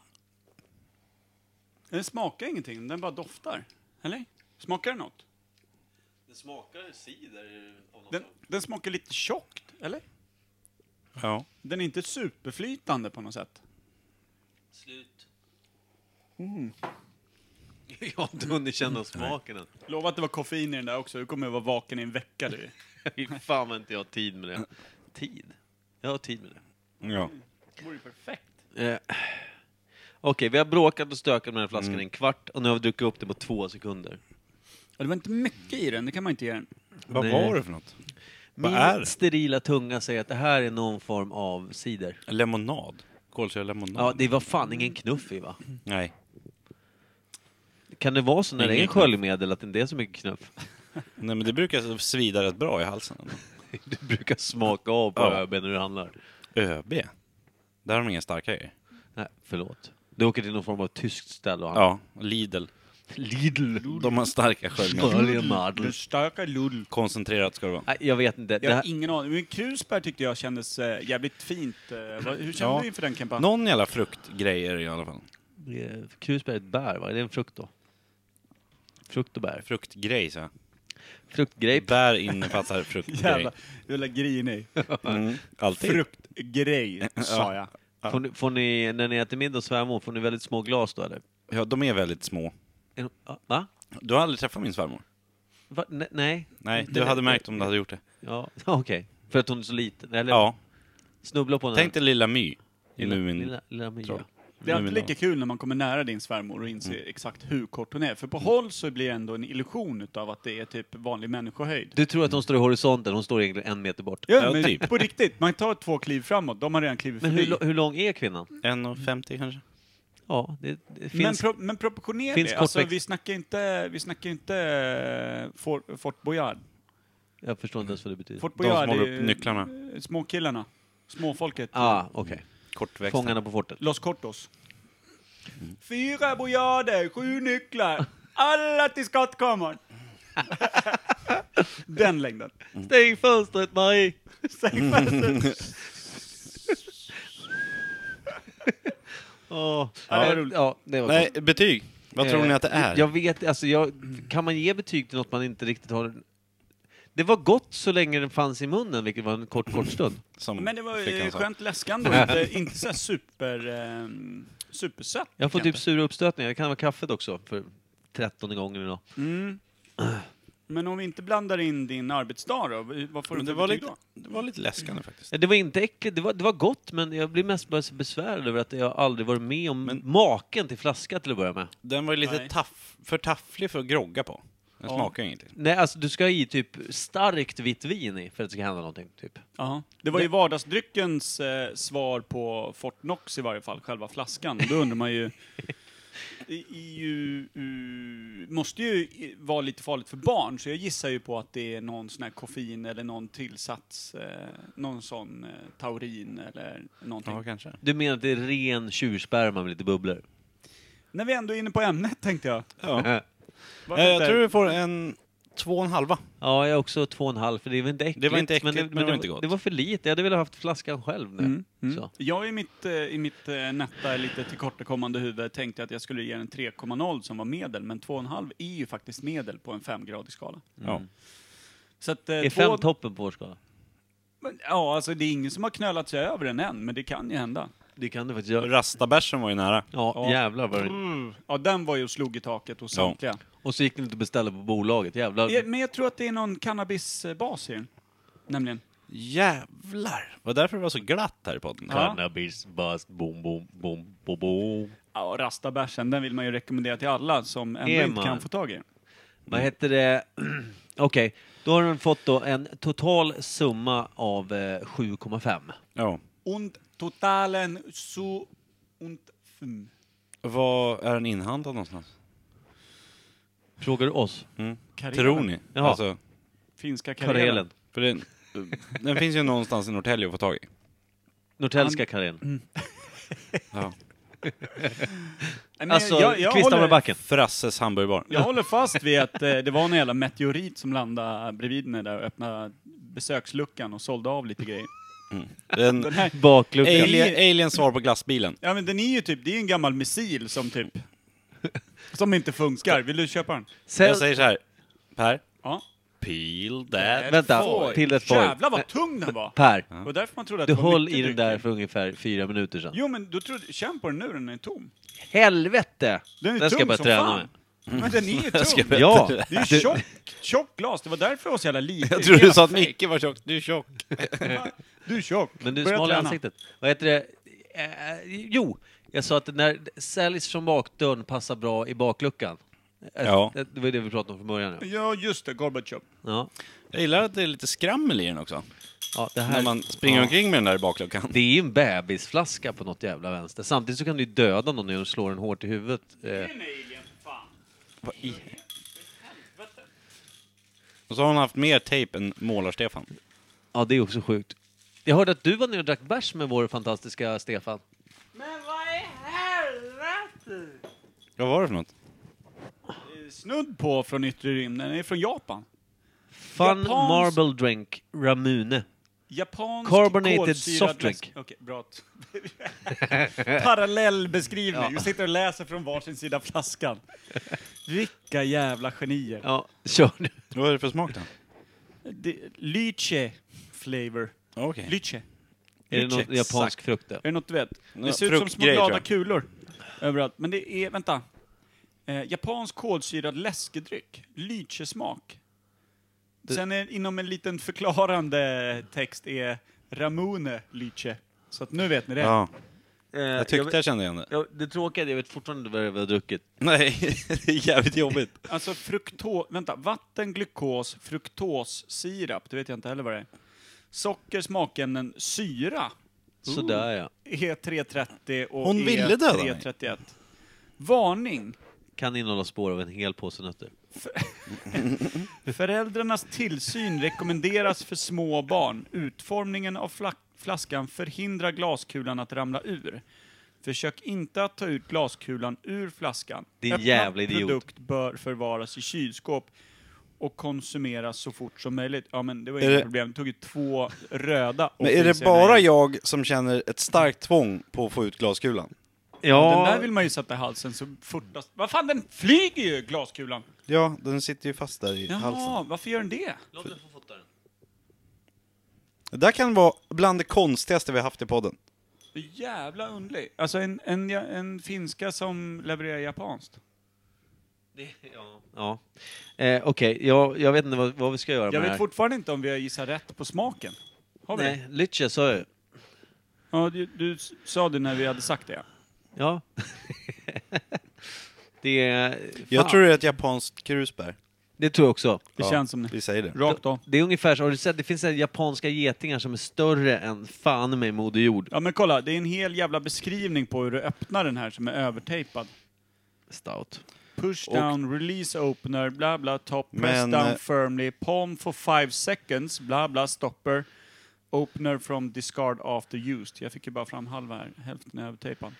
[SPEAKER 1] Den smakar ingenting, den bara doftar. Eller? Smakar den något?
[SPEAKER 2] Det smakar cider av något
[SPEAKER 1] Den, den smakar lite tjockt, eller?
[SPEAKER 3] Ja.
[SPEAKER 1] Den är inte superflytande på något sätt.
[SPEAKER 2] Slut. Mm. Jag har inte hunnit känna smaken än.
[SPEAKER 1] Lova att det var koffein i den där också, du kommer att vara vaken i en vecka. Du.
[SPEAKER 2] Fy fan vad inte jag har tid med det. Tid? Jag har tid med det.
[SPEAKER 3] Ja.
[SPEAKER 1] Det vore ju perfekt.
[SPEAKER 2] Eh, Okej, vi har bråkat och stökat med den här flaskan i en kvart och nu har vi druckit upp det på två sekunder.
[SPEAKER 1] Ja, det var inte mycket i den, det kan man inte ge den.
[SPEAKER 3] Vad
[SPEAKER 2] Nej.
[SPEAKER 3] var det för något? Vad
[SPEAKER 2] Min
[SPEAKER 3] är det?
[SPEAKER 2] sterila tunga säger att det här är någon form av cider.
[SPEAKER 3] Lemonad. Kolsyrad lemonad.
[SPEAKER 2] Ja, det var fan ingen knuff i va?
[SPEAKER 3] Nej.
[SPEAKER 2] Kan det vara så när det är
[SPEAKER 3] Ingen
[SPEAKER 2] en
[SPEAKER 3] knuff.
[SPEAKER 2] sköljmedel att det inte är så mycket knuff?
[SPEAKER 3] Nej men det brukar svida rätt bra i halsen.
[SPEAKER 2] Du brukar smaka av på
[SPEAKER 3] Ja.
[SPEAKER 2] ÖB när du handlar.
[SPEAKER 3] ÖB. Där har de inga starka grejer.
[SPEAKER 2] Nej, förlåt. Du åker till någon form av tyskt ställe och handlar.
[SPEAKER 3] Ja, Lidl.
[SPEAKER 2] Lidl.
[SPEAKER 3] De har starka sköljmedel.
[SPEAKER 2] Sköljmadel.
[SPEAKER 1] starka lull.
[SPEAKER 3] Koncentrerat ska det vara.
[SPEAKER 2] Nej, jag vet inte. Det
[SPEAKER 1] Jag
[SPEAKER 2] här,
[SPEAKER 1] har ingen aning. Men Krusbär tyckte jag kändes eh, jävligt fint. Eh, vad- hur kände
[SPEAKER 3] Ja.
[SPEAKER 1] du inför den kampanjen?
[SPEAKER 3] Någon jävla fruktgrejer i alla fall.
[SPEAKER 2] Eh, Krusbär är ett bär, va? Är det en frukt då? Frukt och bär.
[SPEAKER 3] Fruktgrej så.
[SPEAKER 2] Fruktgrape.
[SPEAKER 3] Bär innefattar fruktgrej.
[SPEAKER 1] Jävla, jävla grinig.
[SPEAKER 3] Mm, alltid.
[SPEAKER 1] Fruktgrej, sa jag.
[SPEAKER 2] Får ni, får ni, när ni äter middag hos svärmor, får ni väldigt små glas då eller?
[SPEAKER 3] Ja, de är väldigt små.
[SPEAKER 2] Är de- ah, Va?
[SPEAKER 3] Du har aldrig träffat min svärmor?
[SPEAKER 2] va? Ne- nej?
[SPEAKER 3] Nej,
[SPEAKER 2] Det-
[SPEAKER 3] du hade märkt om du hade gjort det.
[SPEAKER 2] Ja, okej. För att hon är så liten? Eller
[SPEAKER 3] Ja,
[SPEAKER 2] snubbla på henne?
[SPEAKER 3] tänk dig lilla My. I
[SPEAKER 2] lilla,
[SPEAKER 3] Mumin.
[SPEAKER 2] lilla, lilla Mia.
[SPEAKER 3] Troll.
[SPEAKER 1] Det är alltid
[SPEAKER 3] Mumin-
[SPEAKER 1] lika kul när man kommer nära din svärmor och inser exakt hur kort hon är. För på håll så blir det ändå en illusion utav att det är typ vanlig människohöjd.
[SPEAKER 2] Du tror att hon står i horisonten, hon står egentligen en meter bort.
[SPEAKER 1] Ja,
[SPEAKER 3] Ja,
[SPEAKER 1] men
[SPEAKER 3] typ.
[SPEAKER 1] på riktigt. Man tar två kliv framåt, de har redan klivit
[SPEAKER 2] Men hur,
[SPEAKER 1] förbi.
[SPEAKER 2] lo- hur lång är kvinnan?
[SPEAKER 3] 1,50 kanske?
[SPEAKER 2] Ja, det, det
[SPEAKER 1] Men,
[SPEAKER 2] finns...
[SPEAKER 1] pro men proportionera
[SPEAKER 2] finns
[SPEAKER 1] det. Alltså,
[SPEAKER 2] kortväxt-
[SPEAKER 1] vi snackar inte, vi snackar inte eh, Fort, Fort Boyard.
[SPEAKER 2] jag förstår inte ens vad det betyder.
[SPEAKER 1] Fort
[SPEAKER 3] De som
[SPEAKER 1] Boyard
[SPEAKER 3] håller
[SPEAKER 1] är
[SPEAKER 3] upp nycklarna.
[SPEAKER 1] eh, småkillarna. Småfolket.
[SPEAKER 2] Ah, okej.
[SPEAKER 3] Kortväxta.
[SPEAKER 2] Fångarna på fortet.
[SPEAKER 1] Los Cortos.
[SPEAKER 2] Mm.
[SPEAKER 1] Fyra bojarder, sju nycklar. Alla till skottkammaren. Den längden.
[SPEAKER 2] Stäng fönstret, Marie!
[SPEAKER 1] Säg fönstret.
[SPEAKER 2] Åh,
[SPEAKER 1] Ja, det var
[SPEAKER 2] Eh,
[SPEAKER 1] roligt.
[SPEAKER 2] ja, det var
[SPEAKER 3] Nej, betyg. Vad tror
[SPEAKER 2] Eh,
[SPEAKER 3] ni att det är?
[SPEAKER 2] Jag vet alltså jag, kan man ge betyg till något man inte riktigt har... Det var gott så länge den fanns i munnen, vilket var en kort, kort stund.
[SPEAKER 3] Som
[SPEAKER 1] Men det var eh,
[SPEAKER 3] flickan sa.
[SPEAKER 1] skönt läskande och inte, inte så här super, eh, supersött.
[SPEAKER 2] Jag får typ
[SPEAKER 1] kanske.
[SPEAKER 2] sura uppstötningar, det kan vara kaffet också, för trettonde gången idag.
[SPEAKER 1] Mm. Men om vi inte blandar in din arbetsdag då? Vad får du
[SPEAKER 3] Men det,
[SPEAKER 1] för
[SPEAKER 3] var
[SPEAKER 1] betyg
[SPEAKER 3] lite,
[SPEAKER 1] då? Mm.
[SPEAKER 3] det var lite läskande faktiskt.
[SPEAKER 2] Ja, Det var inte äckligt, det var, det var gott, men jag blir mest bara så besvärad över att jag aldrig varit med om
[SPEAKER 3] Men-
[SPEAKER 2] maken till flaska till att börja med.
[SPEAKER 3] Den var ju lite
[SPEAKER 1] Nej.
[SPEAKER 3] taff, för tafflig för att grogga på. Den
[SPEAKER 1] Ja.
[SPEAKER 3] smakar ju ingenting.
[SPEAKER 2] Nej, alltså du ska ha i typ starkt vitt vin i för att det ska hända någonting, typ.
[SPEAKER 1] Ja. Det var ju vardagsdryckens eh, svar på Fortnox i varje fall, själva flaskan. Då undrar man ju... Det är ju, eh, måste ju i- vara lite farligt för barn, så jag gissar ju på att det är någon sån här koffein eller någon tillsats, eh, någon sån eh, taurin eller någonting.
[SPEAKER 3] Ja, kanske.
[SPEAKER 2] Du menar att det är ren tjursperma med lite bubblor?
[SPEAKER 1] När vi ändå är inne på ämnet tänkte jag.
[SPEAKER 3] Ja.
[SPEAKER 1] Varför
[SPEAKER 3] Eh,
[SPEAKER 1] inte?
[SPEAKER 3] Jag tror vi får en två och en halva.
[SPEAKER 2] Ja, jag är också två och en halv, för det var inte äckligt.
[SPEAKER 3] Det var inte äckligt, men det var inte gott.
[SPEAKER 2] Det var för lite. Jag hade velat haft flaskan själv nu.
[SPEAKER 1] Mm, mm.
[SPEAKER 2] Så.
[SPEAKER 1] Jag i mitt, eh, i mitt eh, nätta, lite tillkortakommande huvud tänkte att jag skulle ge den
[SPEAKER 2] Mm.
[SPEAKER 1] 3,0 som var medel, men 2,5 är ju faktiskt medel på en 5-gradig skala.
[SPEAKER 3] Ja.
[SPEAKER 1] Så att, eh, två-
[SPEAKER 2] Är fem toppen på vår skala?
[SPEAKER 1] men, Ja, alltså det är ingen som har knölat sig över den än, men det kan ju hända.
[SPEAKER 2] Det kan du faktiskt göra.
[SPEAKER 3] Rastabärsen var ju nära.
[SPEAKER 2] Ja,
[SPEAKER 1] Ja.
[SPEAKER 2] jävlar vad det...
[SPEAKER 3] Mm.
[SPEAKER 1] Ja, den var ju och slog i taket hos
[SPEAKER 3] Ja.
[SPEAKER 1] samtliga.
[SPEAKER 2] Och så gick det inte att beställa på bolaget, jävlar.
[SPEAKER 1] Eh, Men jag tror att det är någon cannabisbas i den. Nämligen.
[SPEAKER 3] Jävlar! Var därför det var så glatt här i podden.
[SPEAKER 1] Ja.
[SPEAKER 2] Cannabis, bust, boom, boom, boom, boom,
[SPEAKER 3] Mm.
[SPEAKER 2] boom.
[SPEAKER 1] Ja, och rastabärsen, den vill man ju rekommendera till alla som ändå
[SPEAKER 2] Är
[SPEAKER 1] inte
[SPEAKER 2] man?
[SPEAKER 1] kan få tag i.
[SPEAKER 2] Vad heter det? Okej, då har den fått då en total summa av eh, 7,5.
[SPEAKER 3] Ja.
[SPEAKER 1] Und totalen so und fünf.
[SPEAKER 3] Var är den inhandlad någonstans?
[SPEAKER 2] Frågar du oss?
[SPEAKER 1] Karelen.
[SPEAKER 3] Tror ni?
[SPEAKER 2] Jaha.
[SPEAKER 3] Alltså,
[SPEAKER 1] Finska Karelen.
[SPEAKER 2] Karelen.
[SPEAKER 3] för den, den finns ju någonstans i Norrtälje att få tag i.
[SPEAKER 2] Norrtäljska Karelen.
[SPEAKER 3] Ja.
[SPEAKER 1] Nej, men
[SPEAKER 2] Alltså,
[SPEAKER 1] jag, jag, håller,
[SPEAKER 2] Kvistabrabacken.
[SPEAKER 3] Frasses hamburgerbar.
[SPEAKER 1] jag håller fast vid att eh, det var en jävla meteorit som landade bredvid den där och öppnade besöksluckan och sålde av lite grejer.
[SPEAKER 3] Den,
[SPEAKER 1] Den här,
[SPEAKER 2] Bakluckan.
[SPEAKER 3] alien, aliens svar på glassbilen.
[SPEAKER 1] ja men den är ju typ, det är en gammal missil som typ, som inte funkar. Vill du köpa den?
[SPEAKER 2] Sen,
[SPEAKER 3] Jag säger så här. Per.
[SPEAKER 1] Ja.
[SPEAKER 3] Peel that.
[SPEAKER 2] Äh, vänta,
[SPEAKER 1] Foil.
[SPEAKER 2] till ett foil.
[SPEAKER 1] Jävlar vad tung den var!
[SPEAKER 2] Per,
[SPEAKER 1] Det var därför man trodde att
[SPEAKER 2] du
[SPEAKER 1] det var
[SPEAKER 2] höll
[SPEAKER 1] mycket
[SPEAKER 2] i den
[SPEAKER 1] dryck.
[SPEAKER 2] där för ungefär fyra minuter sedan.
[SPEAKER 1] Jo men du trodde, känn på den nu, den är tom.
[SPEAKER 2] Helvete!
[SPEAKER 1] Den är
[SPEAKER 2] Den
[SPEAKER 1] tung
[SPEAKER 2] ska jag börja
[SPEAKER 1] som
[SPEAKER 2] träna
[SPEAKER 1] fan.
[SPEAKER 2] med.
[SPEAKER 1] Men den är ju tung!
[SPEAKER 2] Ja!
[SPEAKER 1] Det är ju tjockt, tjockt glas, det var därför jag var så jävla liten.
[SPEAKER 3] Jag tror du sa att Micke var tjock. Du är tjock.
[SPEAKER 1] Du är tjock.
[SPEAKER 2] Men du är
[SPEAKER 1] Börja
[SPEAKER 2] smal i
[SPEAKER 1] träna.
[SPEAKER 2] ansiktet. Vad heter det? Eh, jo, jag sa att när säljs från bakdörren passar bra i bakluckan. Eh,
[SPEAKER 3] Ja.
[SPEAKER 2] Det var ju det vi pratade om från början. ja.
[SPEAKER 1] Ja just det, Gorbatjov.
[SPEAKER 2] Ja.
[SPEAKER 3] Jag gillar att det är lite skrammel i den också.
[SPEAKER 2] Ja, det,
[SPEAKER 3] När
[SPEAKER 2] här,
[SPEAKER 3] man springer
[SPEAKER 2] Ja.
[SPEAKER 3] omkring med den där i bakluckan.
[SPEAKER 2] det är ju en bebisflaska på något jävla vänster. Samtidigt så kan du ju döda någon när du slår den hårt i huvudet. Eh,
[SPEAKER 3] Vad i- Och så har hon haft mer tejp än Målar-Stefan.
[SPEAKER 2] ja, det är också sjukt. Jag hörde att du var nere och drack bärs med vår fantastiska Stefan.
[SPEAKER 3] Vad var det för något?
[SPEAKER 1] Snudd på från yttre rymden, den är från Japan.
[SPEAKER 2] Fun
[SPEAKER 1] Japansk-
[SPEAKER 2] Marble Drink Ramune.
[SPEAKER 1] Japansk
[SPEAKER 2] Carbonated
[SPEAKER 1] kolsyrad
[SPEAKER 2] soft drink.
[SPEAKER 1] läsk. Okej, bra. Parallell beskrivning. Vi sitter och läser från varsin sida flaskan. Vilka jävla genier.
[SPEAKER 2] Ja, kör nu.
[SPEAKER 3] Vad är det för smak då?
[SPEAKER 1] Det- Lychee flavor.
[SPEAKER 3] Okej.
[SPEAKER 1] Lychee.
[SPEAKER 2] Är det någon
[SPEAKER 3] Exakt.
[SPEAKER 2] japansk frukt där?
[SPEAKER 1] Är det något du vet?
[SPEAKER 3] Ja,
[SPEAKER 1] Det ser ut som små
[SPEAKER 3] fruktgrej, tror
[SPEAKER 1] glada
[SPEAKER 3] jag.
[SPEAKER 1] kulor överallt. Men det är, vänta. Eh, japansk kolsyrad läskedryck. Lychesmak. Sen är, inom en liten förklarande text är Ramune lyche. Så att nu vet ni det.
[SPEAKER 3] Ja,
[SPEAKER 2] Eh, Jag
[SPEAKER 3] jag tyckte jag kände igen det.
[SPEAKER 2] Ja, det tråkiga är att jag vet fortfarande inte vad jag har druckit.
[SPEAKER 3] Nej, det är jävligt jobbigt.
[SPEAKER 1] Alltså fruktos, vänta, vatten, glukos, fruktos, sirap, det vet jag inte heller vad det är. Socker, smakämnen, syra.
[SPEAKER 2] Sådär ja.
[SPEAKER 1] E330 och
[SPEAKER 3] Hon ville döda mig.
[SPEAKER 1] E331. Varning!
[SPEAKER 2] Kan innehålla spår av en hel påse nötter.
[SPEAKER 1] Föräldrarnas tillsyn rekommenderas för små barn. Utformningen av fla- flaskan förhindrar glaskulan att ramla ur. Försök inte att ta ut glaskulan ur flaskan.
[SPEAKER 2] Din
[SPEAKER 1] Öppnad
[SPEAKER 2] jävla idiot.
[SPEAKER 1] produkt bör förvaras i kylskåp och konsumeras så fort som möjligt. Ja, men det var
[SPEAKER 3] Är
[SPEAKER 1] inga
[SPEAKER 3] det-
[SPEAKER 1] problem. Det tog ju två röda. och
[SPEAKER 3] Men är det
[SPEAKER 1] finns jävla
[SPEAKER 3] bara
[SPEAKER 1] i.
[SPEAKER 3] jag som känner ett starkt tvång på att få ut glaskulan?
[SPEAKER 1] Den där vill man ju sätta i halsen så fortast. Vad fan, den flyger ju, glaskulan!
[SPEAKER 3] Ja, den sitter ju fast där i
[SPEAKER 1] Jaha,
[SPEAKER 3] halsen.
[SPEAKER 1] varför gör den det?
[SPEAKER 2] Låt mig få fota den.
[SPEAKER 3] Det där kan vara bland det konstigaste vi har haft i podden.
[SPEAKER 1] Så jävla underlig. Alltså en, en, ja- en finska som levererar japanskt.
[SPEAKER 2] ja. ja. Eh, Okej, jag, jag vet inte vad, vad vi ska göra
[SPEAKER 1] Jag
[SPEAKER 2] med
[SPEAKER 1] vet
[SPEAKER 2] det
[SPEAKER 1] fortfarande inte om vi har gissat rätt på smaken. Har
[SPEAKER 2] här.
[SPEAKER 1] vi det?
[SPEAKER 2] Nej, Lyche sa jag ju.
[SPEAKER 1] Ja, du, du s- sa det när vi hade sagt det. ja.
[SPEAKER 2] Ja. det är... Fan.
[SPEAKER 3] Jag tror det är ett japanskt krusbär.
[SPEAKER 2] Det tror jag också.
[SPEAKER 1] Det känns som
[SPEAKER 3] Vi
[SPEAKER 1] det.
[SPEAKER 3] säger det.
[SPEAKER 1] Rakt av.
[SPEAKER 2] Det är ungefär så, har du sett, det finns så här japanska getingar som är större än fan med Moder Jord.
[SPEAKER 1] Ja men kolla, det är en hel jävla beskrivning på hur du öppnar den här som är övertejpad.
[SPEAKER 2] Stout.
[SPEAKER 1] Push down, release opener, bla bla, top, press
[SPEAKER 3] Men, eh,
[SPEAKER 1] down firmly, palm for five seconds, bla bla, stopper, opener from discard after used. Jag fick ju bara fram halva här, hälften är övertejpad.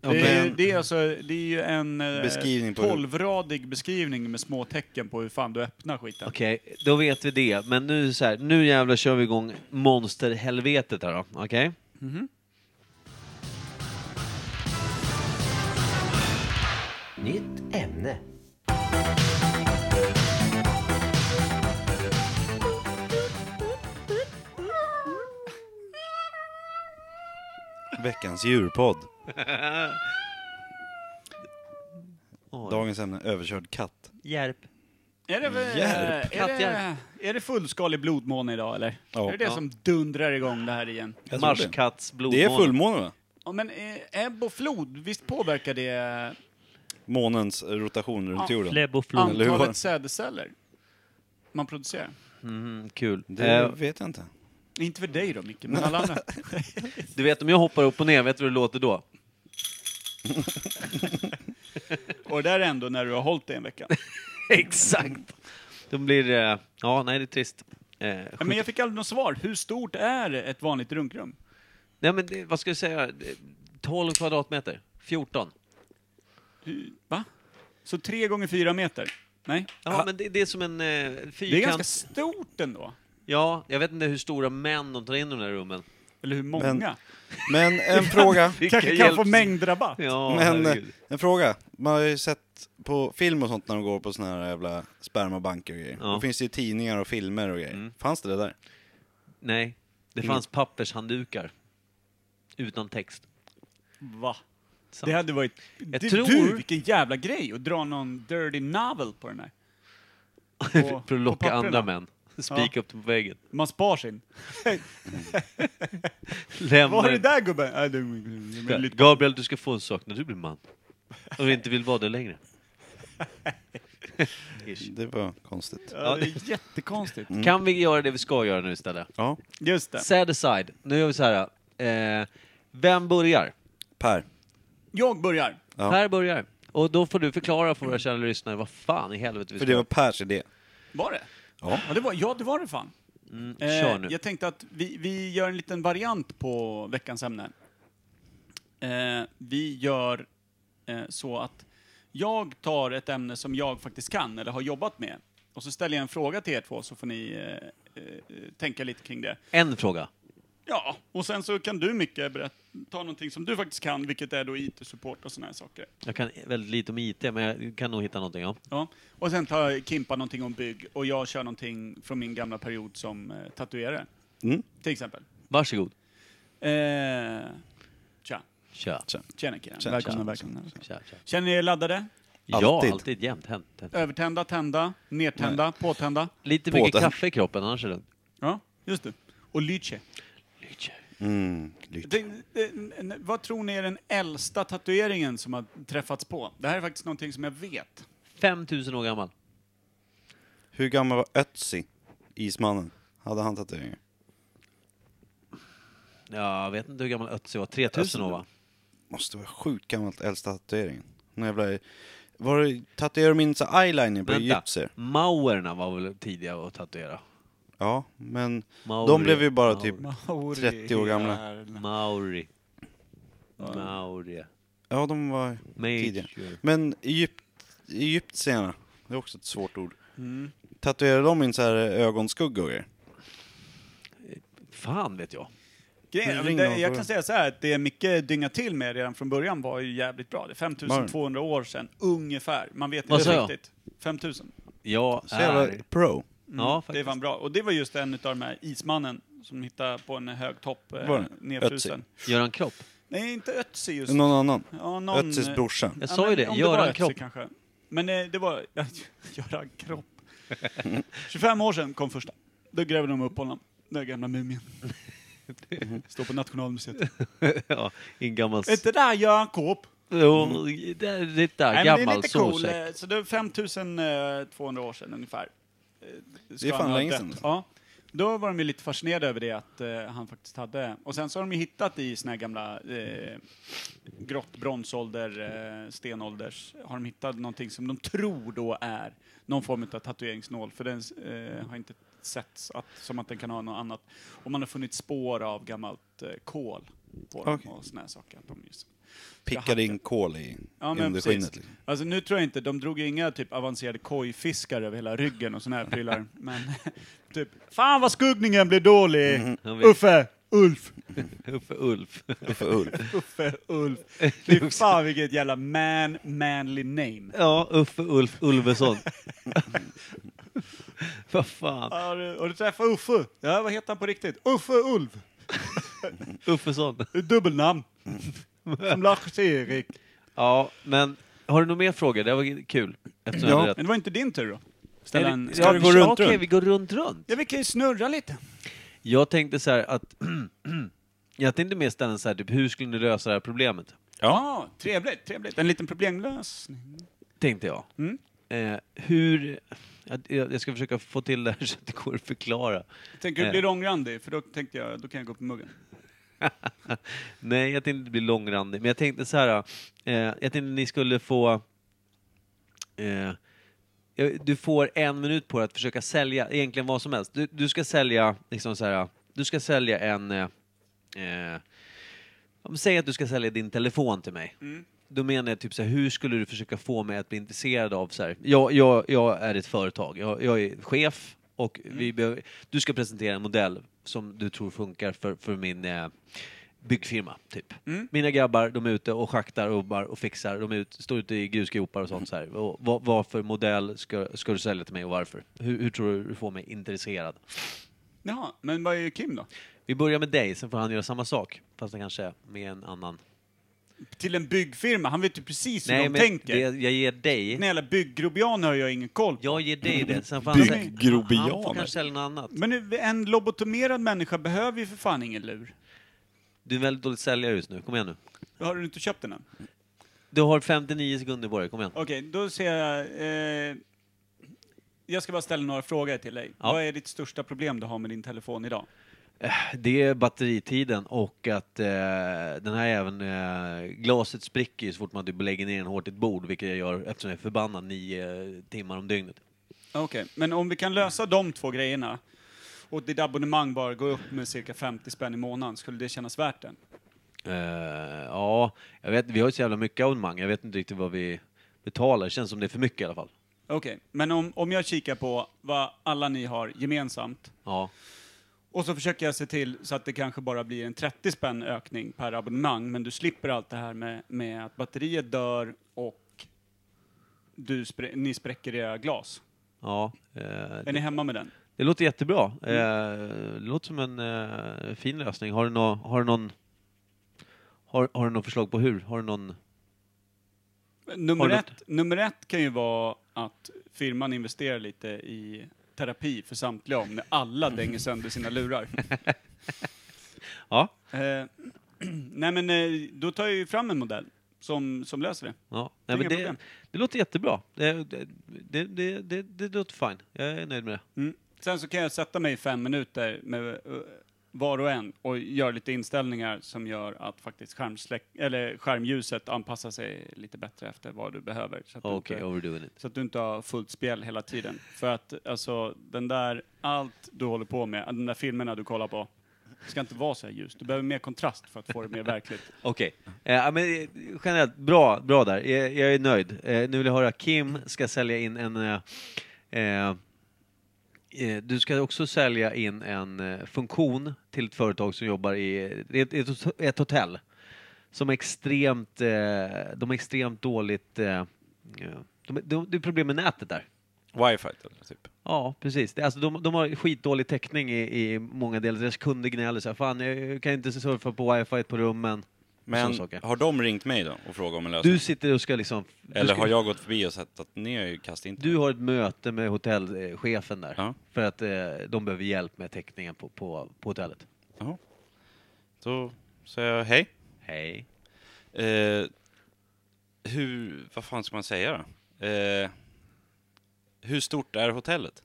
[SPEAKER 2] Ja,
[SPEAKER 1] det, är, ju-
[SPEAKER 3] men-
[SPEAKER 1] det, är alltså, det är ju en eh,
[SPEAKER 3] Beskrivning på hur-
[SPEAKER 1] tolvradig beskrivning med små tecken på hur fan du öppnar skiten.
[SPEAKER 2] Okej, då vet vi det. Men nu är det så här, nu jävlar kör vi igång monsterhelvetet här då. Okej?
[SPEAKER 6] Nytt ämne.
[SPEAKER 3] Veckans djurpodd.
[SPEAKER 2] Oj.
[SPEAKER 3] Dagens ämne, överkörd katt.
[SPEAKER 2] Hjälp.
[SPEAKER 1] Är det, väl-
[SPEAKER 3] Hjälp.
[SPEAKER 1] Är det,
[SPEAKER 2] Katthjälp.
[SPEAKER 1] är det fullskalig blodmåne idag eller?
[SPEAKER 3] Ja.
[SPEAKER 1] är det det
[SPEAKER 2] Ja.
[SPEAKER 1] som dundrar igång det här igen?
[SPEAKER 3] Jag tror det.
[SPEAKER 2] Marskatts
[SPEAKER 3] Det är
[SPEAKER 2] blodmåne.
[SPEAKER 3] fullmåne va?
[SPEAKER 1] Ja men eh, ebb och flod, visst påverkar det
[SPEAKER 3] Månens rotation runt
[SPEAKER 2] Ah,
[SPEAKER 1] Ja,
[SPEAKER 3] jorden.
[SPEAKER 2] Flebb och flod.
[SPEAKER 3] Eller hur var det?
[SPEAKER 1] antalet sädesceller man producerar?
[SPEAKER 2] Mm, kul.
[SPEAKER 3] Det
[SPEAKER 2] Eh,
[SPEAKER 3] vet jag inte.
[SPEAKER 1] Inte för dig då Micke, men alla andra.
[SPEAKER 2] du vet om jag hoppar upp och ner, vet du hur det låter då?
[SPEAKER 1] Och det där är ändå när du har hållit det en vecka.
[SPEAKER 2] Exakt! De blir... Eh, ja, nej det är trist. Eh,
[SPEAKER 1] Ja, Men jag fick aldrig något svar. Hur stort är ett vanligt runkrum?
[SPEAKER 2] Nej men det, vad ska jag säga? Det- 12 kvadratmeter? 14?
[SPEAKER 1] Hur- Va? Så tre gånger fyra meter? Nej?
[SPEAKER 2] Ja, men det, det är som en eh, fyrkant.
[SPEAKER 1] Det är ganska stort ändå.
[SPEAKER 2] Ja, jag vet inte hur stora män de tar in i de där rummen.
[SPEAKER 1] Eller hur många?
[SPEAKER 3] Men- Men en fråga.
[SPEAKER 2] Vilka
[SPEAKER 1] Kanske kan
[SPEAKER 2] hjälps-
[SPEAKER 1] få mängdrabatt?
[SPEAKER 2] Ja,
[SPEAKER 3] Men eh,
[SPEAKER 2] herregud.
[SPEAKER 3] en fråga. Man har ju sett på film och sånt när de går på såna här jävla spermabanker och grejer.
[SPEAKER 2] Ja. Mm.
[SPEAKER 3] Då finns det ju tidningar och filmer och grejer. Fanns det det där?
[SPEAKER 2] Nej, det fanns
[SPEAKER 1] Mm.
[SPEAKER 2] pappershanddukar. Utan text.
[SPEAKER 1] Va?
[SPEAKER 2] Sant.
[SPEAKER 1] Det hade varit...
[SPEAKER 2] Jag
[SPEAKER 1] du,
[SPEAKER 2] tror-
[SPEAKER 1] du, vilken jävla grej att dra någon dirty novel på den här. På-
[SPEAKER 2] För att
[SPEAKER 1] på
[SPEAKER 2] locka
[SPEAKER 1] papperna.
[SPEAKER 2] andra män. Spika upp dem på väggen.
[SPEAKER 1] Man spar sin.
[SPEAKER 2] Lämna
[SPEAKER 1] Vad har du
[SPEAKER 2] den-
[SPEAKER 1] där gubben? Äh, det, det, det, lite-
[SPEAKER 2] Gabriel, du ska få en sak när du blir man. Och inte vill vara det längre. Ish.
[SPEAKER 3] Det var konstigt.
[SPEAKER 1] ja, det är jättekonstigt.
[SPEAKER 2] Kan vi göra det vi ska göra nu istället?
[SPEAKER 3] Ja.
[SPEAKER 1] Just det.
[SPEAKER 2] Sad aside, nu gör vi så här. Eh, vem börjar?
[SPEAKER 3] Per.
[SPEAKER 1] Jag börjar.
[SPEAKER 3] Ja.
[SPEAKER 2] Per börjar. Och då får du förklara för våra kära lyssnare vad fan i helvete vi
[SPEAKER 3] För
[SPEAKER 2] ska
[SPEAKER 3] det var Pers idé.
[SPEAKER 1] Var det?
[SPEAKER 3] Ja.
[SPEAKER 1] Ja, det var, ja, det, var det fan.
[SPEAKER 2] Mm,
[SPEAKER 1] Eh,
[SPEAKER 2] Kör nu.
[SPEAKER 1] Jag tänkte att vi, vi gör en liten variant på veckans ämne. Eh, vi gör eh, så att jag tar ett ämne som jag faktiskt kan eller har jobbat med och så ställer jag en fråga till er två så får ni eh, eh, tänka lite kring det.
[SPEAKER 2] En fråga.
[SPEAKER 1] Ja, och sen så kan du Micke berätta, ta någonting som du faktiskt kan, vilket är då IT-support och såna här saker.
[SPEAKER 2] Jag kan väldigt lite om IT, men jag kan nog hitta någonting. Ja.
[SPEAKER 1] Ja. Och sen tar Kimpa någonting om bygg och jag kör någonting från min gamla period som eh, tatuerare.
[SPEAKER 3] Mm.
[SPEAKER 1] Till exempel.
[SPEAKER 2] Varsågod.
[SPEAKER 1] Eh, tja.
[SPEAKER 2] Kör.
[SPEAKER 3] Tja.
[SPEAKER 1] Tjena killar.
[SPEAKER 3] Tja,
[SPEAKER 1] välkomna,
[SPEAKER 2] tja.
[SPEAKER 1] välkomna. välkomna.
[SPEAKER 2] Kör, kör.
[SPEAKER 1] Känner ni er laddade?
[SPEAKER 2] Ja,
[SPEAKER 3] Alltid.
[SPEAKER 2] alltid jämt. Hänt, hänt.
[SPEAKER 1] Övertända, tända, nertända, påtända?
[SPEAKER 2] Lite
[SPEAKER 3] På
[SPEAKER 2] mycket
[SPEAKER 3] den.
[SPEAKER 2] kaffe i kroppen, annars är det lugnt.
[SPEAKER 1] Ja, just det. Och lyche.
[SPEAKER 3] Mm. lycka.
[SPEAKER 1] Vad tror ni är den äldsta tatueringen som har träffats på? Det här är faktiskt någonting som jag vet.
[SPEAKER 2] 5000 år gammal.
[SPEAKER 3] Hur gammal var Ötzi? Ismannen. Hade han tatueringar?
[SPEAKER 2] Ja, jag vet inte hur gammal Ötzi var.
[SPEAKER 3] Alltså,
[SPEAKER 2] 3000 år va?
[SPEAKER 3] Måste vara sjukt gammalt äldsta tatueringen. Någon jävla... Var det... Tatuerade de in så eyeliner på
[SPEAKER 2] Vänta.
[SPEAKER 3] egyptier?
[SPEAKER 2] Maurerna var väl tidiga att tatuera?
[SPEAKER 3] Ja, men
[SPEAKER 2] Maori.
[SPEAKER 3] de blev ju bara typ...
[SPEAKER 1] Maori.
[SPEAKER 3] 30 år gamla.
[SPEAKER 2] Mauri. Mauri.
[SPEAKER 3] Ja, de var
[SPEAKER 2] Major.
[SPEAKER 3] tidiga. Men Egypt... egyptierna, det är också ett svårt ord. Tatuerade de in så här ögonskugga och grejer?
[SPEAKER 2] Fan vet jag.
[SPEAKER 1] Grejen,
[SPEAKER 3] Ring
[SPEAKER 1] det,
[SPEAKER 3] någon
[SPEAKER 1] jag
[SPEAKER 3] på
[SPEAKER 1] kan
[SPEAKER 3] det.
[SPEAKER 1] säga så här att det Micke dyngade till med redan från början var ju jävligt bra. Det är 5200 år sedan, ungefär. Man vet
[SPEAKER 2] Vad
[SPEAKER 1] inte
[SPEAKER 2] sa jag?
[SPEAKER 1] riktigt. 5000.
[SPEAKER 2] Jag
[SPEAKER 3] Så
[SPEAKER 2] är...
[SPEAKER 3] jävla pro.
[SPEAKER 2] Ja,
[SPEAKER 1] Mm. Det
[SPEAKER 2] faktiskt.
[SPEAKER 1] var bra. Och det var just en av de här ismannen som hittade på en hög topp eh,
[SPEAKER 3] Var det?
[SPEAKER 1] nedfrusen.
[SPEAKER 2] Göran Kropp.
[SPEAKER 1] Nej, inte Ötzi just.
[SPEAKER 3] Någon annan?
[SPEAKER 1] ja, någon, eh,
[SPEAKER 3] Ötzis brorsa.
[SPEAKER 2] Jag sa
[SPEAKER 1] men
[SPEAKER 2] ju det,
[SPEAKER 1] om
[SPEAKER 2] Göran
[SPEAKER 1] var Ötzi
[SPEAKER 2] Kropp.
[SPEAKER 1] Kanske. Men eh, det var Göran Kropp. 25 år sedan kom första. Då grävde de upp honom. Den där gamla mumien. Står på Nationalmuseet.
[SPEAKER 2] ja, i en gammal...
[SPEAKER 1] Är inte det där Göran Kropp?
[SPEAKER 2] Jo, det är lite där,
[SPEAKER 1] Nej, men det är
[SPEAKER 2] gammal
[SPEAKER 1] lite cool.
[SPEAKER 2] solsäck.
[SPEAKER 1] eh, Så det är 5200 år sedan ungefär. Eh, ska
[SPEAKER 3] Det är fan
[SPEAKER 1] han ha
[SPEAKER 3] länge
[SPEAKER 1] dött.
[SPEAKER 3] sedan. alltså.
[SPEAKER 1] Ja. Då var de ju lite fascinerade över det att eh, han faktiskt hade. Och sen så har de ju hittat i såna här gamla eh, grått bronsålder, eh, stenålders, har de hittat någonting som de tror då är någon form av tatueringsnål, för den eh, har inte setts att, som att den kan ha något annat. Och man har funnit spår av gammalt eh, kol på dem
[SPEAKER 3] Okej.
[SPEAKER 1] och såna här saker. Att de just
[SPEAKER 3] Pickade in kol i
[SPEAKER 1] Ja, men
[SPEAKER 3] under
[SPEAKER 1] precis.
[SPEAKER 3] skinnet. Liksom.
[SPEAKER 1] Alltså nu tror jag inte, de drog ju inga typ avancerade kojfiskar över hela ryggen och såna här prylar. Men typ, fan vad skuggningen blir dålig!
[SPEAKER 2] Han vet-
[SPEAKER 1] Uffe! Ulf!
[SPEAKER 2] Uffe Ulf.
[SPEAKER 3] För Ulf.
[SPEAKER 1] Uffe Ulf. Fy fan vilket jävla man, manly name.
[SPEAKER 2] Ja, Uffe Ulf Ulveson. Vad fan.
[SPEAKER 1] Har du, har du träffat Uffe? Ja, vad heter han på riktigt? Uffe Ulf!
[SPEAKER 2] Uffesson.
[SPEAKER 1] Dubbelnamn.
[SPEAKER 3] Mm.
[SPEAKER 1] Som Lars-Erik.
[SPEAKER 2] Ja, men har du några mer frågor? Det här var kul. Eftersom jag
[SPEAKER 3] Ja.
[SPEAKER 2] hade rätt.
[SPEAKER 1] Men det var inte din tur då? Ställa en...
[SPEAKER 2] Ja,
[SPEAKER 3] Ska vi gå runt,
[SPEAKER 2] Okej,
[SPEAKER 3] runt?
[SPEAKER 2] vi går runt, runt.
[SPEAKER 1] Ja, vi kan ju snurra lite.
[SPEAKER 2] Jag tänkte så här att... jag tänkte mer ställa så här, typ, hur skulle ni lösa det här problemet?
[SPEAKER 1] Ja, trevligt, trevligt. En liten problemlösning.
[SPEAKER 2] Tänkte jag.
[SPEAKER 1] Mm.
[SPEAKER 2] Eh, hur... Jag, jag ska försöka få till det här så att det går att förklara.
[SPEAKER 1] Tänker du
[SPEAKER 2] Eh.
[SPEAKER 1] blir ångrandig? För då tänkte jag, då kan jag gå på muggen.
[SPEAKER 2] Nej, jag tänkte inte bli långrandig. Men jag tänkte så här. Eh, jag tänkte ni skulle få... Eh, jag- du får en minut på dig att försöka sälja egentligen vad som helst. Du, du ska sälja liksom så här. Du ska sälja en... Eh, eh, ja, men säg att du ska sälja din telefon till mig. Då menar jag typ så här, hur skulle du försöka få mig att bli intresserad av så här, jag, jag, jag är ett företag, jag, jag är chef och vi behöver, du ska presentera en modell som du tror funkar för, för min eh, byggfirma, typ. Mina grabbar, de är ute och schaktar och jobbar och fixar, de är ute, står ute i grusgropar och sånt så här. Och vad, vad för modell ska, ska du sälja till mig och varför? Hur, hur tror du du får mig intresserad?
[SPEAKER 1] Jaha, men vad är Kim då?
[SPEAKER 2] Vi börjar med dig, sen får han göra samma sak, fast han kanske med en annan.
[SPEAKER 1] Till en byggfirma? Han vet ju precis hur de
[SPEAKER 2] men
[SPEAKER 1] tänker.
[SPEAKER 2] det, jag ger dig
[SPEAKER 1] Den jävla bygggrobianer har jag ingen koll på.
[SPEAKER 2] Jag ger dig det. Sen får
[SPEAKER 3] Bygg
[SPEAKER 2] han,
[SPEAKER 3] grobianer.
[SPEAKER 2] han får kanske sälja något annat.
[SPEAKER 1] Men nu, en lobotomerad människa behöver ju för fan ingen lur.
[SPEAKER 2] Du är en väldigt dålig säljare just nu. Kom igen nu.
[SPEAKER 1] Har du inte köpt den än?
[SPEAKER 2] Du har 59 sekunder på dig. Kom igen.
[SPEAKER 1] Okej, då ser jag... Eh, jag ska bara ställa några frågor till dig.
[SPEAKER 2] Ja.
[SPEAKER 1] Vad är ditt största problem du har med din telefon idag?
[SPEAKER 2] Det är batteritiden och att eh, den här även eh, glaset spricker ju så fort man typ lägger ner den hårt i ett bord, vilket jag gör eftersom jag är förbannad nio eh, timmar om dygnet.
[SPEAKER 1] Okej, men om vi kan lösa de två grejerna och ditt abonnemang bara går upp med cirka 50 spänn i månaden, skulle det kännas värt det?
[SPEAKER 2] Eh, ja, jag vet Vi har ju så jävla mycket abonnemang. Jag vet inte riktigt vad vi betalar. Det känns som det är för mycket i alla fall.
[SPEAKER 1] Okej, men om, om jag kikar på vad alla ni har gemensamt
[SPEAKER 2] Ja.
[SPEAKER 1] och så försöker jag se till så att det kanske bara blir en 30 spänn ökning per abonnemang, men du slipper allt det här med, med att batteriet dör och du sprä- ni spräcker era glas.
[SPEAKER 2] Ja. eh,
[SPEAKER 1] Är ni hemma med den?
[SPEAKER 2] Det låter jättebra.
[SPEAKER 1] Mm.
[SPEAKER 2] Eh, det låter som en eh, fin lösning. Har du, nå, har, du någon, har, har du någon förslag på hur? Har du någon... Har
[SPEAKER 1] Nummer
[SPEAKER 2] du
[SPEAKER 1] ett, nummer ett kan ju vara att firman investerar lite i terapi för samtliga om när alla dänger sönder sina lurar.
[SPEAKER 2] Ja,
[SPEAKER 1] Eh, nej men eh, då tar jag ju fram en modell som, som löser det.
[SPEAKER 2] ja. Nej,
[SPEAKER 1] Inga
[SPEAKER 2] men det,
[SPEAKER 1] problem.
[SPEAKER 2] det låter jättebra. Det, det, det, det, det, det låter fine. Jag är nöjd med det.
[SPEAKER 1] Sen så kan jag sätta mig i fem minuter med eh, var och en och göra lite inställningar som gör att faktiskt skärmsläck, eller skärmljuset anpassar sig lite bättre efter vad du behöver. Så att du
[SPEAKER 2] Okej,
[SPEAKER 1] inte-
[SPEAKER 2] overdoing it.
[SPEAKER 1] Så att du inte har fullt spel hela tiden. För att alltså, den där, allt du håller på med, de där filmerna du kollar på, ska inte vara så här ljust. Du behöver mer kontrast för att få det mer verkligt.
[SPEAKER 2] Okej. Eh, ja, men eh, generellt, bra, bra där. Jag, jag är nöjd. Eh, nu vill jag höra, Kim ska sälja in en... Eh, eh, eh, du ska också sälja in en eh, funktion till ett företag som jobbar i det är ett, ett, hot- ett hotell. Som är extremt... Eh, de är extremt dåligt... Eh, eh, de, de, det är problem med nätet där.
[SPEAKER 3] Wifi eller typ.
[SPEAKER 2] Ja, precis. Det, alltså, de, de har skitdålig täckning i, i många delar. Deras kunder gnäller så här, fan jag kan inte surfa på wifi på rummen. Såna
[SPEAKER 3] Men
[SPEAKER 2] saker.
[SPEAKER 3] har de ringt mig då och frågat om en lösning?
[SPEAKER 2] Du sitter och ska liksom... du
[SPEAKER 3] Alltså. Eller
[SPEAKER 2] ska,
[SPEAKER 3] har jag gått förbi och sett att ni har ju kastat in
[SPEAKER 2] Du har ett möte med hotellchefen där.
[SPEAKER 3] Ja.
[SPEAKER 2] För att eh, de behöver hjälp med täckningen på, på, på hotellet.
[SPEAKER 3] Jaha. Då säger jag hej.
[SPEAKER 2] Hej.
[SPEAKER 3] Eh, hur, vad fan ska man säga då? Eh, hur stort är hotellet?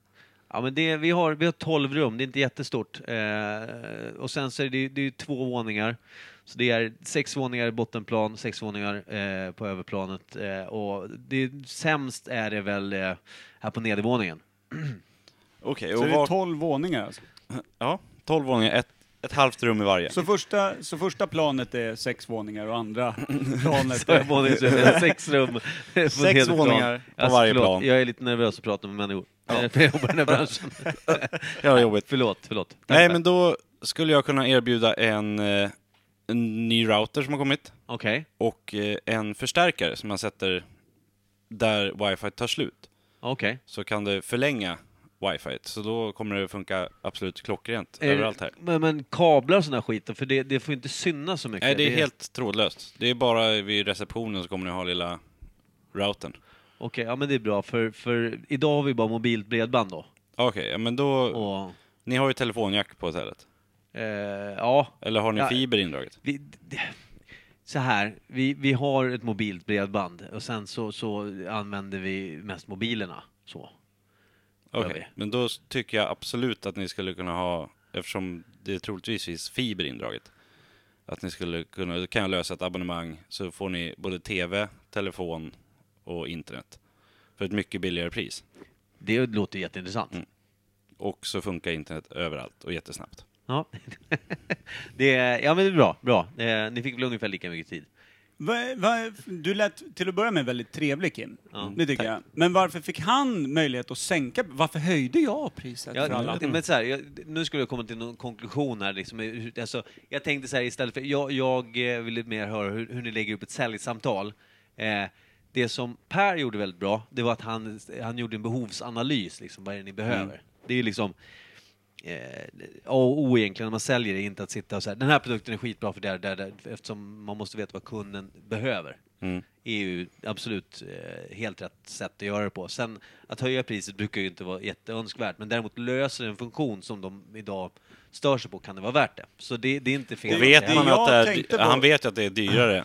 [SPEAKER 2] Ja, men det, vi, har, vi har 12 rum, det är inte jättestort. Eh, och sen så är det, det är ju två våningar. Så det är sex våningar i bottenplan, sex våningar eh, på överplanet. Eh, och det, sämst är det väl eh, här på nedervåningen.
[SPEAKER 3] Okej,
[SPEAKER 1] Så
[SPEAKER 3] och
[SPEAKER 1] det är
[SPEAKER 3] var...
[SPEAKER 1] tolv våningar alltså.
[SPEAKER 3] ja, 12 våningar, ett, ett halvt rum i varje.
[SPEAKER 1] Så första, så första planet är sex våningar och andra planet
[SPEAKER 2] Så jag
[SPEAKER 1] är...
[SPEAKER 2] våning, så jag har sex rum. på en
[SPEAKER 3] Sex
[SPEAKER 2] hel plan.
[SPEAKER 3] våningar på varje plan.
[SPEAKER 2] Jag är lite nervös att prata med människor. Eh, För jag jobbar i den här branschen.
[SPEAKER 3] Ja, jobbigt.
[SPEAKER 2] förlåt, förlåt.
[SPEAKER 3] Nej, men då skulle jag kunna erbjuda en, eh, en ny router som har kommit
[SPEAKER 2] Okej.
[SPEAKER 3] och eh, en förstärkare som man sätter där wifi tar slut.
[SPEAKER 2] Okej.
[SPEAKER 3] Så kan det förlänga wifi. Så då kommer det funka absolut klockrent
[SPEAKER 2] Eh,
[SPEAKER 3] överallt här.
[SPEAKER 2] Men, men kablar och sån här skit då, för det, det får inte synas så mycket.
[SPEAKER 3] Nej, det är helt trådlöst. Det är bara vid receptionen så kommer ni ha lilla routern.
[SPEAKER 2] Okej, ja men det är bra för, för idag har vi bara mobilt bredband då.
[SPEAKER 3] Okej, ja, men då...
[SPEAKER 2] Och,
[SPEAKER 3] Ni har ju telefonjack på hotellet.
[SPEAKER 2] eh, ja,
[SPEAKER 3] Eller har ni
[SPEAKER 2] Ja.
[SPEAKER 3] fiber indraget?
[SPEAKER 2] vi, det, så här, vi, vi har ett mobilt bredband och sen så, så använder vi mest mobilerna. Så.
[SPEAKER 3] Okej,
[SPEAKER 2] vi.
[SPEAKER 3] men då tycker jag absolut att ni skulle kunna ha, eftersom det troligtvis finns fiber indraget, att ni skulle kunna, då kan jag lösa ett abonnemang så får ni både tv, telefon och internet för ett mycket billigare pris.
[SPEAKER 2] Det låter jätteintressant.
[SPEAKER 3] Mm. Och så funkar internet överallt och jättesnabbt.
[SPEAKER 2] Ja. det, är- ja men det är bra, bra. Eh, ni fick väl ungefär lika mycket tid.
[SPEAKER 1] Va, va, du lät till att börja med väldigt trevlig Kim. det tycker jag. Men varför fick han möjlighet att sänka? Varför höjde jag priset för alla?
[SPEAKER 2] Ja, men så här, jag, nu skulle jag komma till någon konklusion här. Liksom, hur- alltså, jag tänkte så här istället för, jag, jag eh, ville mer höra hur, hur ni lägger upp ett säljsamtal. Eh, det som Per gjorde väldigt bra, det var att han, han gjorde en behovsanalys, liksom, vad är det ni behöver?
[SPEAKER 1] Mm.
[SPEAKER 2] Det är ju liksom eh, A och O egentligen när man säljer, är inte att sitta och säga den här produkten är skitbra för det här, det här, det här, eftersom man måste veta vad kunden behöver.
[SPEAKER 3] Mm.
[SPEAKER 2] är ju absolut eh, helt rätt sätt att göra det på. Sen att höja priset brukar ju inte vara jätteönskvärt, men däremot löser det en funktion som de idag stör sig på kan det vara värt det. Så det, det är inte fel.
[SPEAKER 3] Och
[SPEAKER 1] Det-
[SPEAKER 3] vet
[SPEAKER 1] det
[SPEAKER 3] man
[SPEAKER 1] jag
[SPEAKER 3] att det är,
[SPEAKER 1] tänkte
[SPEAKER 3] dy-
[SPEAKER 1] på-
[SPEAKER 3] han vet ju att det är dyrare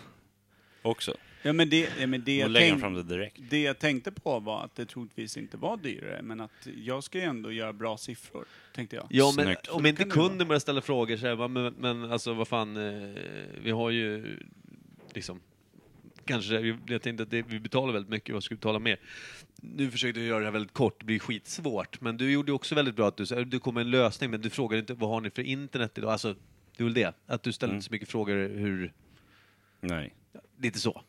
[SPEAKER 3] också.
[SPEAKER 1] Ja, men det, ja, men det,
[SPEAKER 3] Då
[SPEAKER 1] jag
[SPEAKER 3] lägger han
[SPEAKER 1] tänk-
[SPEAKER 3] fram det direkt.
[SPEAKER 1] det jag tänkte på var att det troligtvis inte var dyrare, men att jag ska ju ändå göra bra siffror, tänkte jag.
[SPEAKER 2] Ja, men
[SPEAKER 3] Snyggt.
[SPEAKER 2] om inte
[SPEAKER 1] Kan det vara.
[SPEAKER 2] kunden börjar ställa frågor så här, va, men, men alltså vad fan, eh, vi har ju liksom, kanske, jag tänkte att det, vi betalar väldigt mycket, vad ska vi betala mer? Nu försökte jag göra det här väldigt kort, det blir skitsvårt, men du gjorde ju också väldigt bra att du, sa- du kom med en lösning, men du frågade inte vad har ni för internet idag? Alltså, det är väl det, att du ställer inte
[SPEAKER 3] Mm.
[SPEAKER 2] så mycket frågor hur,
[SPEAKER 3] Nej.
[SPEAKER 2] lite så.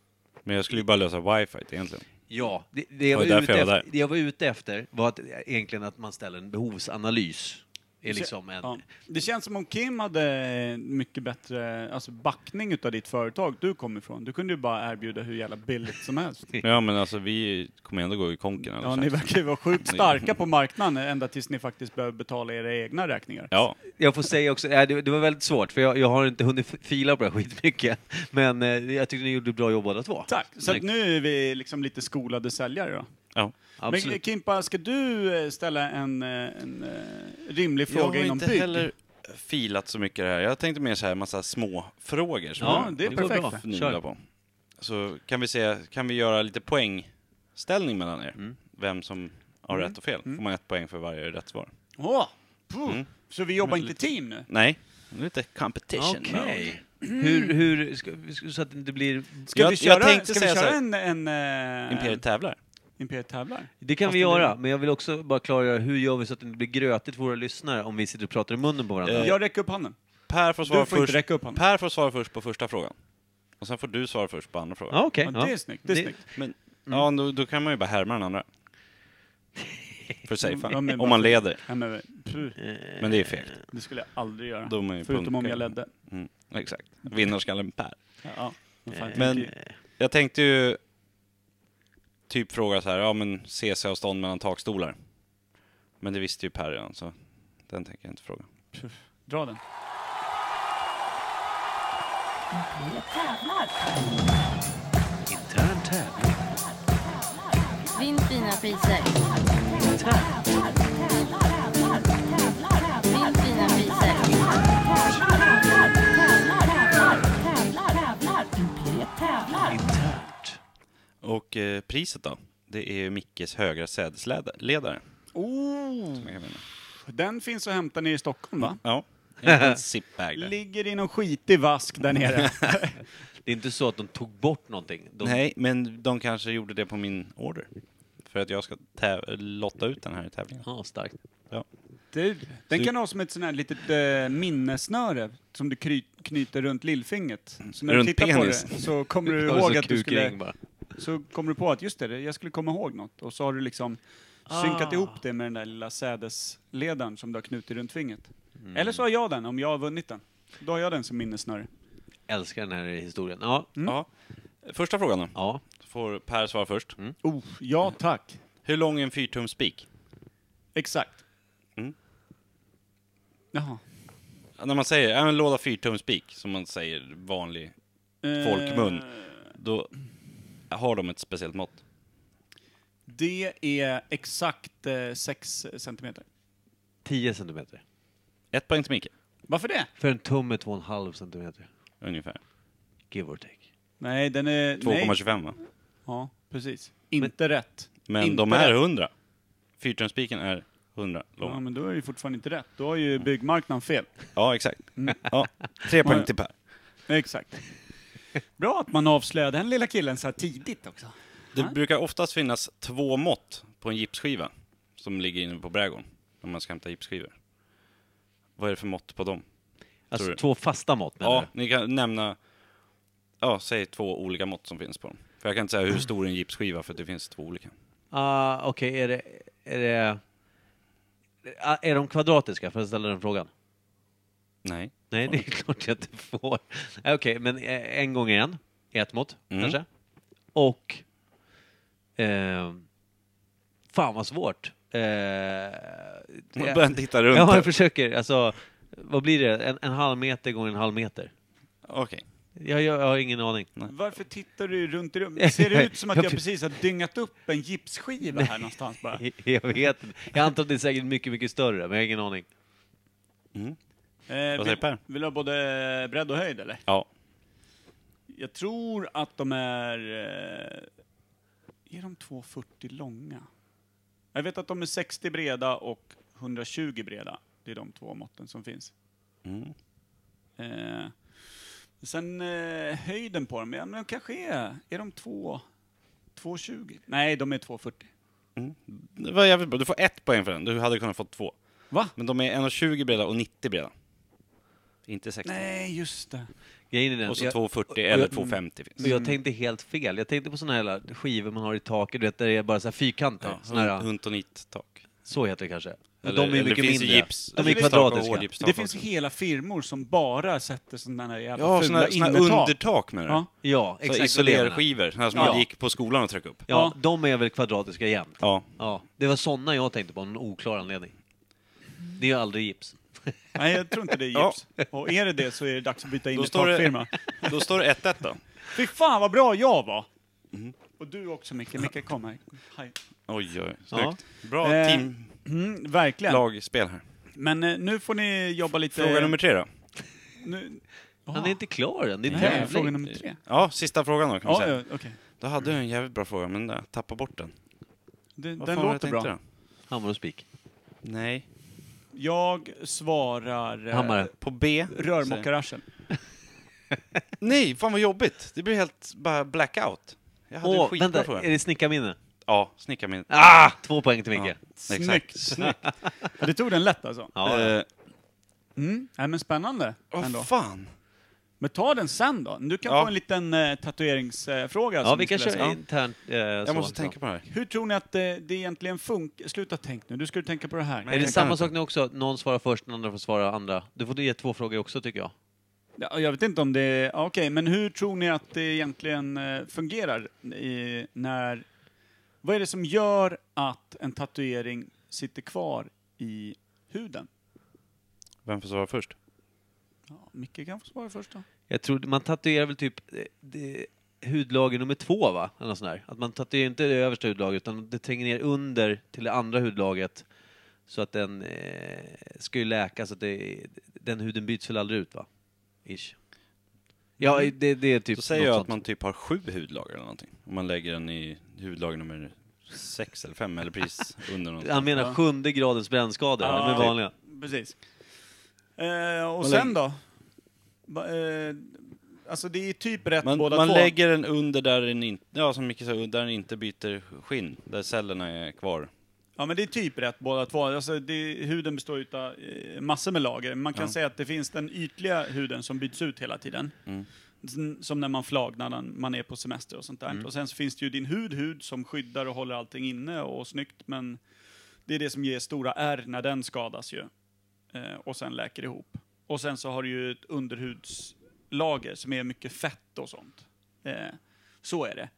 [SPEAKER 3] Men jag skulle ju bara lösa wifi egentligen.
[SPEAKER 2] Ja, det, det, jag
[SPEAKER 3] var
[SPEAKER 2] var
[SPEAKER 3] därför
[SPEAKER 2] ute
[SPEAKER 3] jag var
[SPEAKER 2] efter,
[SPEAKER 3] där.
[SPEAKER 2] det jag var ute efter var att, egentligen att man ställer en behovsanalys. Är liksom en,
[SPEAKER 1] Ja. Det känns som om Kim hade mycket bättre alltså backning utav ditt företag du kom ifrån. Du kunde ju bara erbjuda hur jävla billigt som helst.
[SPEAKER 3] Ja, men alltså vi kommer ändå gå i konken.
[SPEAKER 1] Ja, ni verkar ju vara sjukt starka på marknaden ända tills ni faktiskt behöver betala era egna räkningar.
[SPEAKER 3] Ja,
[SPEAKER 2] Jag får säga också, nej, det, det var väldigt svårt för jag, jag har inte hunnit f- fila på det här skitmycket. Men eh, jag tyckte ni gjorde ett bra jobb båda två.
[SPEAKER 1] Tack! Så att
[SPEAKER 2] Tack.
[SPEAKER 1] nu är vi liksom lite skolade säljare då.
[SPEAKER 3] ja.
[SPEAKER 1] Men
[SPEAKER 2] Absolut.
[SPEAKER 1] Kimpa, ska du eh, ställa en, eh, en eh, rimlig
[SPEAKER 3] Jag
[SPEAKER 1] fråga
[SPEAKER 3] har
[SPEAKER 1] inom
[SPEAKER 3] inte
[SPEAKER 1] bygg?
[SPEAKER 3] heller filat så mycket i det här. Jag tänkte mer så här massa små frågor som
[SPEAKER 1] Ja,
[SPEAKER 3] jag
[SPEAKER 1] det är
[SPEAKER 2] det går
[SPEAKER 1] perfekt.
[SPEAKER 2] bra.
[SPEAKER 1] det.
[SPEAKER 3] fnula
[SPEAKER 2] Kör.
[SPEAKER 3] på. Så kan vi se, kan vi göra lite poängställning mellan er?
[SPEAKER 1] Mm.
[SPEAKER 3] Vem som har rätt och fel. Får man ett poäng för varje rätt svar.
[SPEAKER 1] Åh! puh.
[SPEAKER 3] Mm.
[SPEAKER 1] Så vi jobbar inte team nu?
[SPEAKER 3] Nej, lite competition
[SPEAKER 2] Okej.
[SPEAKER 1] Mm.
[SPEAKER 2] Hur, hur, ska, ska, så att det inte blir...
[SPEAKER 1] Ska
[SPEAKER 3] Jag-
[SPEAKER 1] vi
[SPEAKER 3] jag
[SPEAKER 1] köra,
[SPEAKER 3] tänkte
[SPEAKER 1] ska vi
[SPEAKER 3] säga så
[SPEAKER 1] köra
[SPEAKER 3] här.
[SPEAKER 1] en, en, eh,
[SPEAKER 3] Imperiet tävlar.
[SPEAKER 1] Imperiet tävlar?
[SPEAKER 2] Det kan vi göra, men jag vill också bara klargöra hur gör vi så att det inte blir grötigt för våra lyssnare om vi sitter och pratar i munnen på varandra.
[SPEAKER 1] Jag räcker upp handen.
[SPEAKER 3] Per får, svara
[SPEAKER 1] Du får inte
[SPEAKER 3] först,
[SPEAKER 1] räcka upp handen.
[SPEAKER 3] per får svara först på första frågan. Och sen får du svara först på andra frågan.
[SPEAKER 2] Ja, okej.
[SPEAKER 1] Ja, Mm. det är snyggt. Det är snyggt.
[SPEAKER 3] Men, ja då, då kan man ju bara härma den andra. För sig
[SPEAKER 1] Ja, men
[SPEAKER 3] om man
[SPEAKER 1] varför-
[SPEAKER 3] leder.
[SPEAKER 1] Nej, men, puh,
[SPEAKER 3] Men det är fegt.
[SPEAKER 1] det skulle jag aldrig göra.
[SPEAKER 3] Då är man ju
[SPEAKER 1] Förutom om
[SPEAKER 3] punkare.
[SPEAKER 1] jag ledde.
[SPEAKER 3] Mm, exakt. Vinnarskallen Per.
[SPEAKER 1] Ja, vad fan, jag
[SPEAKER 3] Men
[SPEAKER 1] tänker ju-
[SPEAKER 3] jag tänkte ju typ fråga så här, ja men CC-avstånd mellan takstolar. Men det visste ju Per redan så den tänker jag inte fråga.
[SPEAKER 1] Dra den.
[SPEAKER 2] Intern tävling.
[SPEAKER 6] Vinn fina priser. Vinn fina priser.
[SPEAKER 2] Internt.
[SPEAKER 3] Och eh, priset då? Det är ju Mickes högra sädesledare.
[SPEAKER 1] Oh,
[SPEAKER 3] som jag kan vinna.
[SPEAKER 1] den finns att hämta nere i Stockholm va?
[SPEAKER 3] Ja, en liten zipbag där.
[SPEAKER 1] Ligger i någon skitig vask där nere.
[SPEAKER 2] Det är inte så att de tog bort någonting. De,
[SPEAKER 3] Nej, men de kanske gjorde det på min order. För att jag ska täv- lotta ut den här i tävlingen.
[SPEAKER 2] Ja, starkt.
[SPEAKER 3] Ja.
[SPEAKER 1] Du, den
[SPEAKER 3] Så-
[SPEAKER 1] kan du ha som ett sånt här litet eh, minnesnöre som du kry- knyter runt lillfingret. Så när
[SPEAKER 3] Runt
[SPEAKER 1] du tittar på det
[SPEAKER 3] penis.
[SPEAKER 1] så kommer du
[SPEAKER 2] Det var så
[SPEAKER 1] ihåg att du
[SPEAKER 2] kukring
[SPEAKER 1] skulle...
[SPEAKER 2] bara.
[SPEAKER 1] Så kommer du på att just det, jag skulle komma ihåg något. Och så har du liksom synkat ihop det med den där lilla sädesledaren som du har knutit runt fingret.
[SPEAKER 3] Mm.
[SPEAKER 1] Eller så har jag den, om jag har vunnit den. Då har jag den som minnesnöre. Mm.
[SPEAKER 2] Älskar den här historien. Ja.
[SPEAKER 3] Ja. Första frågan då.
[SPEAKER 2] ja.
[SPEAKER 3] Får Per svara först.
[SPEAKER 1] Oh, ja tack.
[SPEAKER 3] Hur lång är en fyrtumsspik?
[SPEAKER 1] Exakt.
[SPEAKER 3] Mm.
[SPEAKER 1] Jaha.
[SPEAKER 3] När man säger ja, en låda fyrtumsspik, som man säger vanlig,
[SPEAKER 1] Eh,
[SPEAKER 3] Folkmun. då har de ett speciellt mått.
[SPEAKER 1] Det är exakt 6 centimeter.
[SPEAKER 2] 10 centimeter.
[SPEAKER 3] Ett poäng till Micke,
[SPEAKER 1] Varför det?
[SPEAKER 2] För en tum är 2,5 centimeter.
[SPEAKER 3] ungefär.
[SPEAKER 2] Give or take.
[SPEAKER 1] Nej, den är... nej.
[SPEAKER 3] 2,25 va?
[SPEAKER 1] Ja, precis. Inte rätt.
[SPEAKER 3] Men
[SPEAKER 1] inte
[SPEAKER 3] de är
[SPEAKER 1] rätt.
[SPEAKER 3] 100. Fyrtumsspiken är 100
[SPEAKER 1] Ja,
[SPEAKER 3] lång.
[SPEAKER 1] men då är det ju fortfarande inte rätt. Då har ju byggmarknaden fel.
[SPEAKER 3] Ja, exakt. Ja, tre poäng till Per.
[SPEAKER 1] Exakt. Bra att man avslöjade den lilla killen så här tidigt också.
[SPEAKER 3] Det brukar oftast finnas två mått på en gipsskiva som ligger inne på brädgården när man ska hämta gipsskivor. Vad är det för mått på dem? Tror
[SPEAKER 2] Alltså
[SPEAKER 3] du?
[SPEAKER 2] två fasta mått menar
[SPEAKER 3] Ja,
[SPEAKER 2] du?
[SPEAKER 3] ni kan nämna, ja, säg två olika mått som finns på dem. För jag kan inte säga hur stor en gipsskiva för det finns två olika.
[SPEAKER 2] Ah, Okej, är det... Är det... Ah, Är de kvadratiska? Får jag ställa den frågan?
[SPEAKER 3] Nej.
[SPEAKER 2] Nej, det är klart jag inte får. Ah, Okej, men eh, en gång igen. Ett mått,
[SPEAKER 3] Mm.
[SPEAKER 2] kanske. Och... Eh, fan vad svårt. Eh,
[SPEAKER 3] Man
[SPEAKER 2] jag-
[SPEAKER 3] börjar titta runt.
[SPEAKER 2] Ja,
[SPEAKER 3] här.
[SPEAKER 2] jag försöker. Alltså, vad blir det? En, en halv meter gånger en halv meter?
[SPEAKER 3] Okej.
[SPEAKER 2] Jag, jag, jag har ingen aning.
[SPEAKER 1] Varför tittar du runt i rummet? Ser det ut som att jag precis har dyngat upp en gipsskiva här någonstans bara? Eh,
[SPEAKER 2] Jag vet inte. Jag antar att det är säkert mycket, mycket större, men jag har ingen aning.
[SPEAKER 1] Eh,
[SPEAKER 3] Mm. Vad
[SPEAKER 1] vill,
[SPEAKER 3] säger Per?
[SPEAKER 1] vill du ha både bredd och höjd eller?
[SPEAKER 3] Ja.
[SPEAKER 1] Jag tror att de är... Eh, är de 2,40 långa? Jag vet att de är 60 breda och 120 breda. Det är de två måtten som finns.
[SPEAKER 3] Mm.
[SPEAKER 1] Eh, sen eh, höjden på dem, ja, men de kanske är... Är de två- 2,20? Nej, de är 2,40.
[SPEAKER 3] Det var jävligt bra. Du får ett poäng för den. Du hade kunnat få två.
[SPEAKER 1] Va?
[SPEAKER 3] Men de är 1,20 breda och 90 breda. Inte 60.
[SPEAKER 1] Nej, just det.
[SPEAKER 2] Grejen är den.
[SPEAKER 3] Och så Mm.
[SPEAKER 2] jag,
[SPEAKER 3] 2,40
[SPEAKER 2] jag-
[SPEAKER 3] eller 2,50 finns.
[SPEAKER 2] och jag tänkte helt fel. Jag tänkte på såna här skivor man har i taket, du vet, där det är bara så här fyrkanter.
[SPEAKER 3] Ja,
[SPEAKER 2] såna här,
[SPEAKER 3] Huntonit-tak.
[SPEAKER 2] så heter det kanske. Men
[SPEAKER 3] Eller-
[SPEAKER 2] de är ju
[SPEAKER 3] eller
[SPEAKER 2] mycket
[SPEAKER 3] det finns ju
[SPEAKER 2] mindre.
[SPEAKER 3] gips-
[SPEAKER 2] de är
[SPEAKER 3] det
[SPEAKER 2] ju
[SPEAKER 3] finns tak och
[SPEAKER 2] kvadratiska.
[SPEAKER 3] hårdgips. Start
[SPEAKER 1] Det finns
[SPEAKER 3] också.
[SPEAKER 1] hela firmor som bara sätter sådana här jävla
[SPEAKER 3] Ja, såna,
[SPEAKER 1] fula
[SPEAKER 3] såna
[SPEAKER 1] innertak.
[SPEAKER 3] undertak menar du?
[SPEAKER 1] Ja.
[SPEAKER 2] Ja,
[SPEAKER 3] Så
[SPEAKER 2] exakt. vad det jag menar.
[SPEAKER 3] isolerskivor, såna som
[SPEAKER 1] Ja.
[SPEAKER 3] man gick på skolan och tryckte upp.
[SPEAKER 2] Ja, de är väl kvadratiska jämt. Ja.
[SPEAKER 3] Ja.
[SPEAKER 2] Det var såna jag tänkte på, av någon oklar anledning. Det är ju aldrig gips.
[SPEAKER 1] Nej, jag tror inte det är
[SPEAKER 3] Ja.
[SPEAKER 1] gips. Och är det det så är det dags att byta in
[SPEAKER 3] Då
[SPEAKER 1] i
[SPEAKER 3] står det-
[SPEAKER 1] takfirma.
[SPEAKER 3] Då står det 1-1 då.
[SPEAKER 1] Fy fan vad bra jag var!
[SPEAKER 3] Mm.
[SPEAKER 1] Och du också Micke. Micke, kom här. Hej.
[SPEAKER 3] Oj, oj.
[SPEAKER 2] Ja.
[SPEAKER 3] Snyggt. Bra
[SPEAKER 1] Eh,
[SPEAKER 3] team,
[SPEAKER 1] Mm, verkligen.
[SPEAKER 3] lagspel här.
[SPEAKER 1] Men eh, nu får ni jobba lite...
[SPEAKER 3] Fråga nummer tre då.
[SPEAKER 1] Nu...
[SPEAKER 2] Han är inte klar än, det är
[SPEAKER 1] Nej,
[SPEAKER 2] tävling.
[SPEAKER 1] fråga nummer tre.
[SPEAKER 3] Ja, sista frågan då kan man
[SPEAKER 1] Ja,
[SPEAKER 3] säga.
[SPEAKER 1] ja, okej.
[SPEAKER 3] Då hade jag en jävligt bra fråga, men jag tappade bort den.
[SPEAKER 1] Det-
[SPEAKER 3] Vad
[SPEAKER 1] Den
[SPEAKER 3] fan var det jag
[SPEAKER 1] låter
[SPEAKER 3] tänkte
[SPEAKER 1] bra.
[SPEAKER 3] då?
[SPEAKER 2] Hammar och spik.
[SPEAKER 3] Nej.
[SPEAKER 1] Jag svarar... eh,
[SPEAKER 2] Hammare.
[SPEAKER 3] På B?
[SPEAKER 1] Rörmokararsel.
[SPEAKER 3] Nej, fan vad jobbigt. Det blir helt bara blackout. Jag hade en
[SPEAKER 2] Åh,
[SPEAKER 3] skitbra
[SPEAKER 2] vänta,
[SPEAKER 3] fråga.
[SPEAKER 2] är det snickarminne?
[SPEAKER 3] Ja, snickarminnet.
[SPEAKER 2] Ah! Två poäng till Micke.
[SPEAKER 3] Exakt.
[SPEAKER 1] Snyggt. Ja, det tog den lätt alltså.
[SPEAKER 2] Ja.
[SPEAKER 3] Eh,
[SPEAKER 1] Mm. Nej, men spännande
[SPEAKER 3] Vad
[SPEAKER 1] ändå.
[SPEAKER 3] fan.
[SPEAKER 1] Men ta den sen då. Du kan
[SPEAKER 3] Ja.
[SPEAKER 1] få en liten eh, tatueringsfråga.
[SPEAKER 2] Ja,
[SPEAKER 1] som
[SPEAKER 2] vi kan
[SPEAKER 1] skulle
[SPEAKER 2] köra
[SPEAKER 1] läsa.
[SPEAKER 2] internt. Eh,
[SPEAKER 3] Jag måste tänka på det här.
[SPEAKER 1] Hur tror ni att eh, det, det egentligen funkar? Sluta tänk nu, du skulle tänka på det här.
[SPEAKER 2] Är det
[SPEAKER 3] Jag
[SPEAKER 2] samma
[SPEAKER 3] kan
[SPEAKER 2] sak nu också? att Någon svarar först, den andra får svara andra. Du får ge två frågor också tycker jag.
[SPEAKER 1] Ja, Jag vet inte om det är... ja, Okej, men hur tror ni att det egentligen eh, fungerar i, när... Vad är det som gör att en tatuering sitter kvar i huden?
[SPEAKER 3] Vem får svara först?
[SPEAKER 1] Ja, Micke kan få svara först då.
[SPEAKER 2] Jag tror man tatuerar väl typ eh, det, hudlager nummer två va? Eller något sånt där. Att man tatuerar inte det översta hudlagret utan det tränger ner under till det andra hudlagret. Så att den eh, ska ju läka så att det, den huden byts väl aldrig ut va? Ish. Ja, det, det är typ
[SPEAKER 3] Mm. Då säger
[SPEAKER 2] något
[SPEAKER 3] jag att
[SPEAKER 2] sånt.
[SPEAKER 3] man typ har sju hudlager eller någonting. Om man lägger den i hudlager nummer sex eller fem eller precis under någonting.
[SPEAKER 2] Han menar sjunde gradens brännskador,
[SPEAKER 1] Ja.
[SPEAKER 2] de är vanliga.
[SPEAKER 1] Precis. Eh, och
[SPEAKER 3] Man
[SPEAKER 1] sen då? Va- Eh, alltså det är typ rätt
[SPEAKER 3] Man,
[SPEAKER 1] båda
[SPEAKER 3] man
[SPEAKER 1] två.
[SPEAKER 3] lägger den under där den inte, ja som Micke sa, där den inte byter skinn. Där cellerna är kvar.
[SPEAKER 1] Ja, men det är typ rätt båda två. Alltså, det, huden består av massor med lager. Man kan
[SPEAKER 3] Ja.
[SPEAKER 1] säga att det finns den ytliga huden som byts ut hela tiden.
[SPEAKER 3] Mm.
[SPEAKER 1] Sen- Som när man flagnar, när man är på semester och sånt där.
[SPEAKER 3] Mm.
[SPEAKER 1] Och sen så finns det ju din hud, hud som skyddar och håller allting inne och snyggt, men det är det som ger stora ärr när den skadas ju. Eh, och sen läker ihop. Och sen så har du ju ett underhudslager som är mycket fett och sånt. Eh, så är det.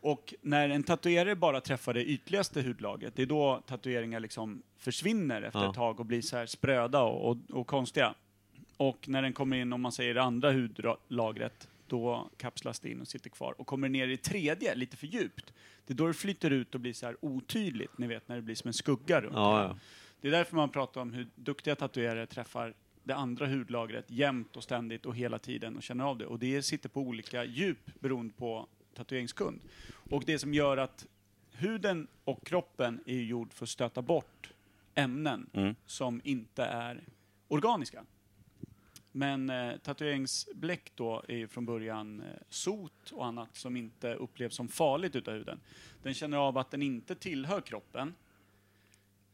[SPEAKER 1] Och när en tatuerare bara träffar det ytligaste hudlagret, det är då tatueringar liksom försvinner efter
[SPEAKER 2] Ja.
[SPEAKER 1] ett tag och blir så här spröda och, och, och konstiga. Och när den kommer in, om man säger det andra hudlagret, då kapslas det in och sitter kvar. Och kommer ner i tredje, lite för djupt, det är då det flyter ut och blir så här otydligt, ni vet när det blir som en skugga runt.
[SPEAKER 2] Ja, ja.
[SPEAKER 1] Det är därför man pratar om hur duktiga tatuerare träffar det andra hudlagret jämt och ständigt och hela tiden och känner av det. Och det sitter på olika djup beroende på tatueringskund. Och det som gör att huden och kroppen är ju gjord för att stöta bort ämnen
[SPEAKER 3] Mm.
[SPEAKER 1] som inte är organiska. Men eh, tatueringsbläck då är ju från början eh, sot och annat som inte upplevs som farligt utav huden. Den känner av att den inte tillhör kroppen.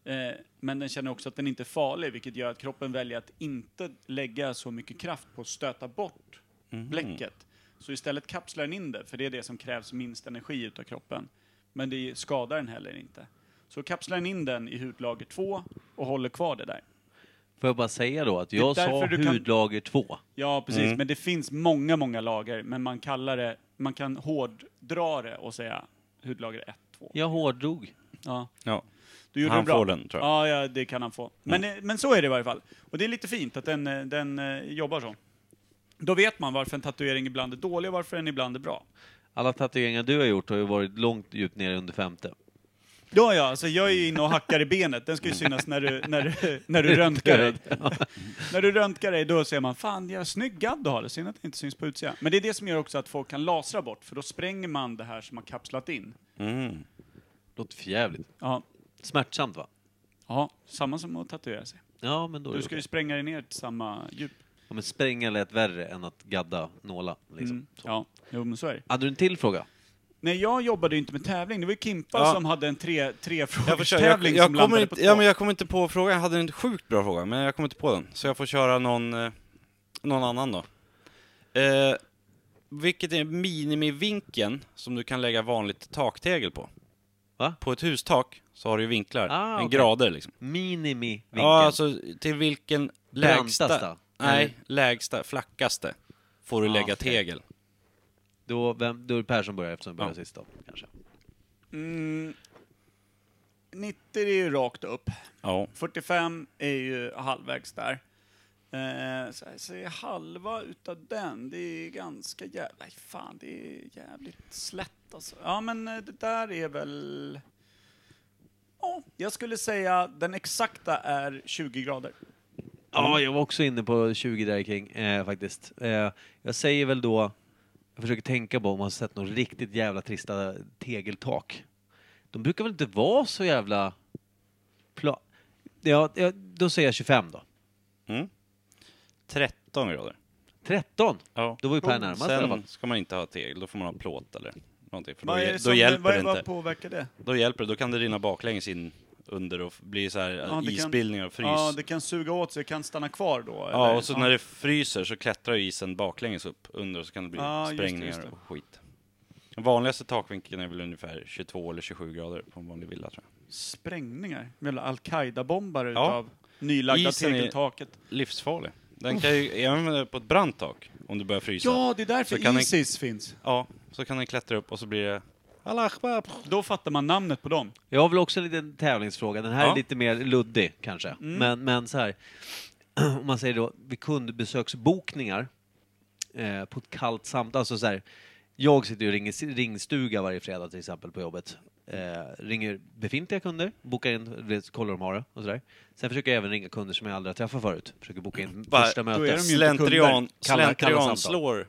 [SPEAKER 1] Eh, men den känner också att den inte är farlig, vilket gör att kroppen väljer att inte lägga så mycket kraft på att stöta bort
[SPEAKER 3] Mm.
[SPEAKER 1] bläcket. Så istället kapslar den in det, för det är det som krävs minst energi utav kroppen. Men det skadar den heller inte. Så kapslar den in den i hudlager 2 och håller kvar det där.
[SPEAKER 2] Får jag bara säga då att
[SPEAKER 1] är
[SPEAKER 2] jag sa
[SPEAKER 1] därför du kan-
[SPEAKER 2] hudlager 2.
[SPEAKER 1] Ja, precis.
[SPEAKER 3] Mm.
[SPEAKER 1] Men det finns många, många lager, men man kallar det, man kan hårddra det och säga hudlager 1, 2.
[SPEAKER 2] Jag hårdrog.
[SPEAKER 1] Ja.
[SPEAKER 3] Ja.
[SPEAKER 1] Du gjorde
[SPEAKER 3] Han
[SPEAKER 1] det bra.
[SPEAKER 3] får den, tror jag. Mm.
[SPEAKER 1] Ja, ja, det kan han få. Men, eh, men så är det i varje fall. Och det är lite fint att den, eh, den eh, jobbar så. Då vet man varför en tatuering ibland är dålig och varför den ibland är bra.
[SPEAKER 2] Alla tatueringar du har gjort har ju varit långt djupt ner under femte.
[SPEAKER 1] Ja, ja, alltså jag är ju inne och hackar i benet. Den ska ju synas när du, när du, när du röntgar dig. när du röntgar dig, då ser man fan, jag är snygg gadd du har det. Synd att det inte syns på utsidan. Men det är det som gör också att folk kan lasra bort, för då spränger man det här som har kapslat in.
[SPEAKER 3] Mm.
[SPEAKER 2] Låter för jävligt.
[SPEAKER 1] Ja,
[SPEAKER 2] Smärtsamt va?
[SPEAKER 1] ja samma som att tatuera sig.
[SPEAKER 2] Ja, men då är
[SPEAKER 1] Du
[SPEAKER 2] det
[SPEAKER 1] ska
[SPEAKER 2] okej.
[SPEAKER 1] ju spränga dig ner till samma djup.
[SPEAKER 2] ja, men spränga lät värre än att gadda, nåla. Liksom.
[SPEAKER 1] Mm.
[SPEAKER 2] Så.
[SPEAKER 1] Ja, jo men så är det.
[SPEAKER 2] Hade du en till fråga?
[SPEAKER 1] Nej, jag jobbade ju inte med tävling. Det var ju Kimpa
[SPEAKER 3] Ja.
[SPEAKER 1] som hade en tre,
[SPEAKER 3] Jag, försöker, jag,
[SPEAKER 1] trefrågestävling
[SPEAKER 3] jag,
[SPEAKER 1] som
[SPEAKER 3] kommer
[SPEAKER 1] landade på
[SPEAKER 3] inte,
[SPEAKER 1] två.
[SPEAKER 3] ja, men jag kommer inte på frågan, jag hade en sjukt bra fråga, men jag kommer inte på den. Så jag får köra någon, eh, någon annan då. Eh, vilket är minimivinkeln som du kan lägga vanligt taktegel på?
[SPEAKER 2] Va?
[SPEAKER 3] På ett hustak så har du ju vinklar,
[SPEAKER 2] Ah,
[SPEAKER 3] en
[SPEAKER 2] okej.
[SPEAKER 3] grader liksom.
[SPEAKER 2] Minimivinkeln.
[SPEAKER 3] Ja, alltså till vilken lägsta...
[SPEAKER 2] Brantasta?
[SPEAKER 3] Nej, lägsta, flackaste får du
[SPEAKER 2] Ah,
[SPEAKER 3] lägga
[SPEAKER 2] okej.
[SPEAKER 3] tegel.
[SPEAKER 2] Då, vem, då är det Per som börjar eftersom jag börjar
[SPEAKER 3] Ja.
[SPEAKER 2] sist då, kanske.
[SPEAKER 1] Mm, 90 är ju rakt upp.
[SPEAKER 3] Ja.
[SPEAKER 1] 45 är ju halvvägs där. Eh, så jag säger halva utav den, det är ganska jävla... Nej fan, det är jävligt slätt alltså. Ja men eh, det där är väl... Ja, jag skulle säga den exakta är 20 grader.
[SPEAKER 2] Ja,
[SPEAKER 3] Mm.
[SPEAKER 2] jag var också inne på 20 där kring eh, faktiskt. Eh, jag säger väl då, jag försöker tänka på om man har sett några riktigt jävla trista tegeltak. De brukar väl inte vara så jävla... Pla- ja, ja, då säger jag 25 då.
[SPEAKER 3] Mm. 13 grader.
[SPEAKER 2] 13!
[SPEAKER 3] Ja.
[SPEAKER 2] Då var ju Per närmast i alla fall.
[SPEAKER 3] Sen ska man inte ha tegel, då får man ha plåt eller någonting. För då,
[SPEAKER 1] Vad är
[SPEAKER 3] hj-
[SPEAKER 1] det
[SPEAKER 3] då
[SPEAKER 1] som-
[SPEAKER 3] hjälper
[SPEAKER 1] vad,
[SPEAKER 3] det inte.
[SPEAKER 1] Vad påverkar det?
[SPEAKER 3] Då hjälper det, då kan det rinna baklänges in under och f- bli så här
[SPEAKER 1] Ja, det kan-
[SPEAKER 3] isbildningar och frys.
[SPEAKER 1] Ja,
[SPEAKER 3] Ja,
[SPEAKER 1] det kan suga åt sig, kan stanna kvar då. eller?
[SPEAKER 3] och så när det fryser så klättrar ju isen baklänges upp under och så kan det bli
[SPEAKER 1] Ja, just det,
[SPEAKER 3] sprängningar
[SPEAKER 1] just det.
[SPEAKER 3] och skit. Den vanligaste takvinkeln är väl ungefär 22 eller 27 grader på en vanlig villa tror jag.
[SPEAKER 1] Sprängningar? Jävla al-Qaida-bombare
[SPEAKER 3] Ja.
[SPEAKER 1] utav nylagda
[SPEAKER 3] Isen är-
[SPEAKER 1] tegeltaket.
[SPEAKER 3] Livsfarlig. Den kan ju, även på ett brant tak, om du börjar frysa.
[SPEAKER 1] Ja, det är därför
[SPEAKER 3] Så kan den-
[SPEAKER 1] Isis finns.
[SPEAKER 3] Ja, så kan den klättra upp och så blir det... Allah akbar.
[SPEAKER 1] Då fattar man namnet på dem.
[SPEAKER 2] Jag har väl också en liten tävlingsfråga. Den här
[SPEAKER 3] Ja. Mm.
[SPEAKER 2] är lite mer luddig kanske. Men, men så här, om man säger då vid kundbesöksbokningar eh, på ett kallt samtal, alltså så här, jag sitter ju och ringer ringstuga varje fredag till exempel på jobbet. Eh, ringer befintliga kunder, bokar in, vet, kollar hur de har det och sådär. Sen försöker jag även ringa kunder som jag aldrig har träffat förut. Försöker boka in
[SPEAKER 3] Bara-
[SPEAKER 2] första
[SPEAKER 3] då
[SPEAKER 1] är
[SPEAKER 2] mötet.
[SPEAKER 1] de ju-
[SPEAKER 3] Slentrian,
[SPEAKER 2] Kalla- kalla
[SPEAKER 3] slentrian
[SPEAKER 2] samtal.
[SPEAKER 3] slår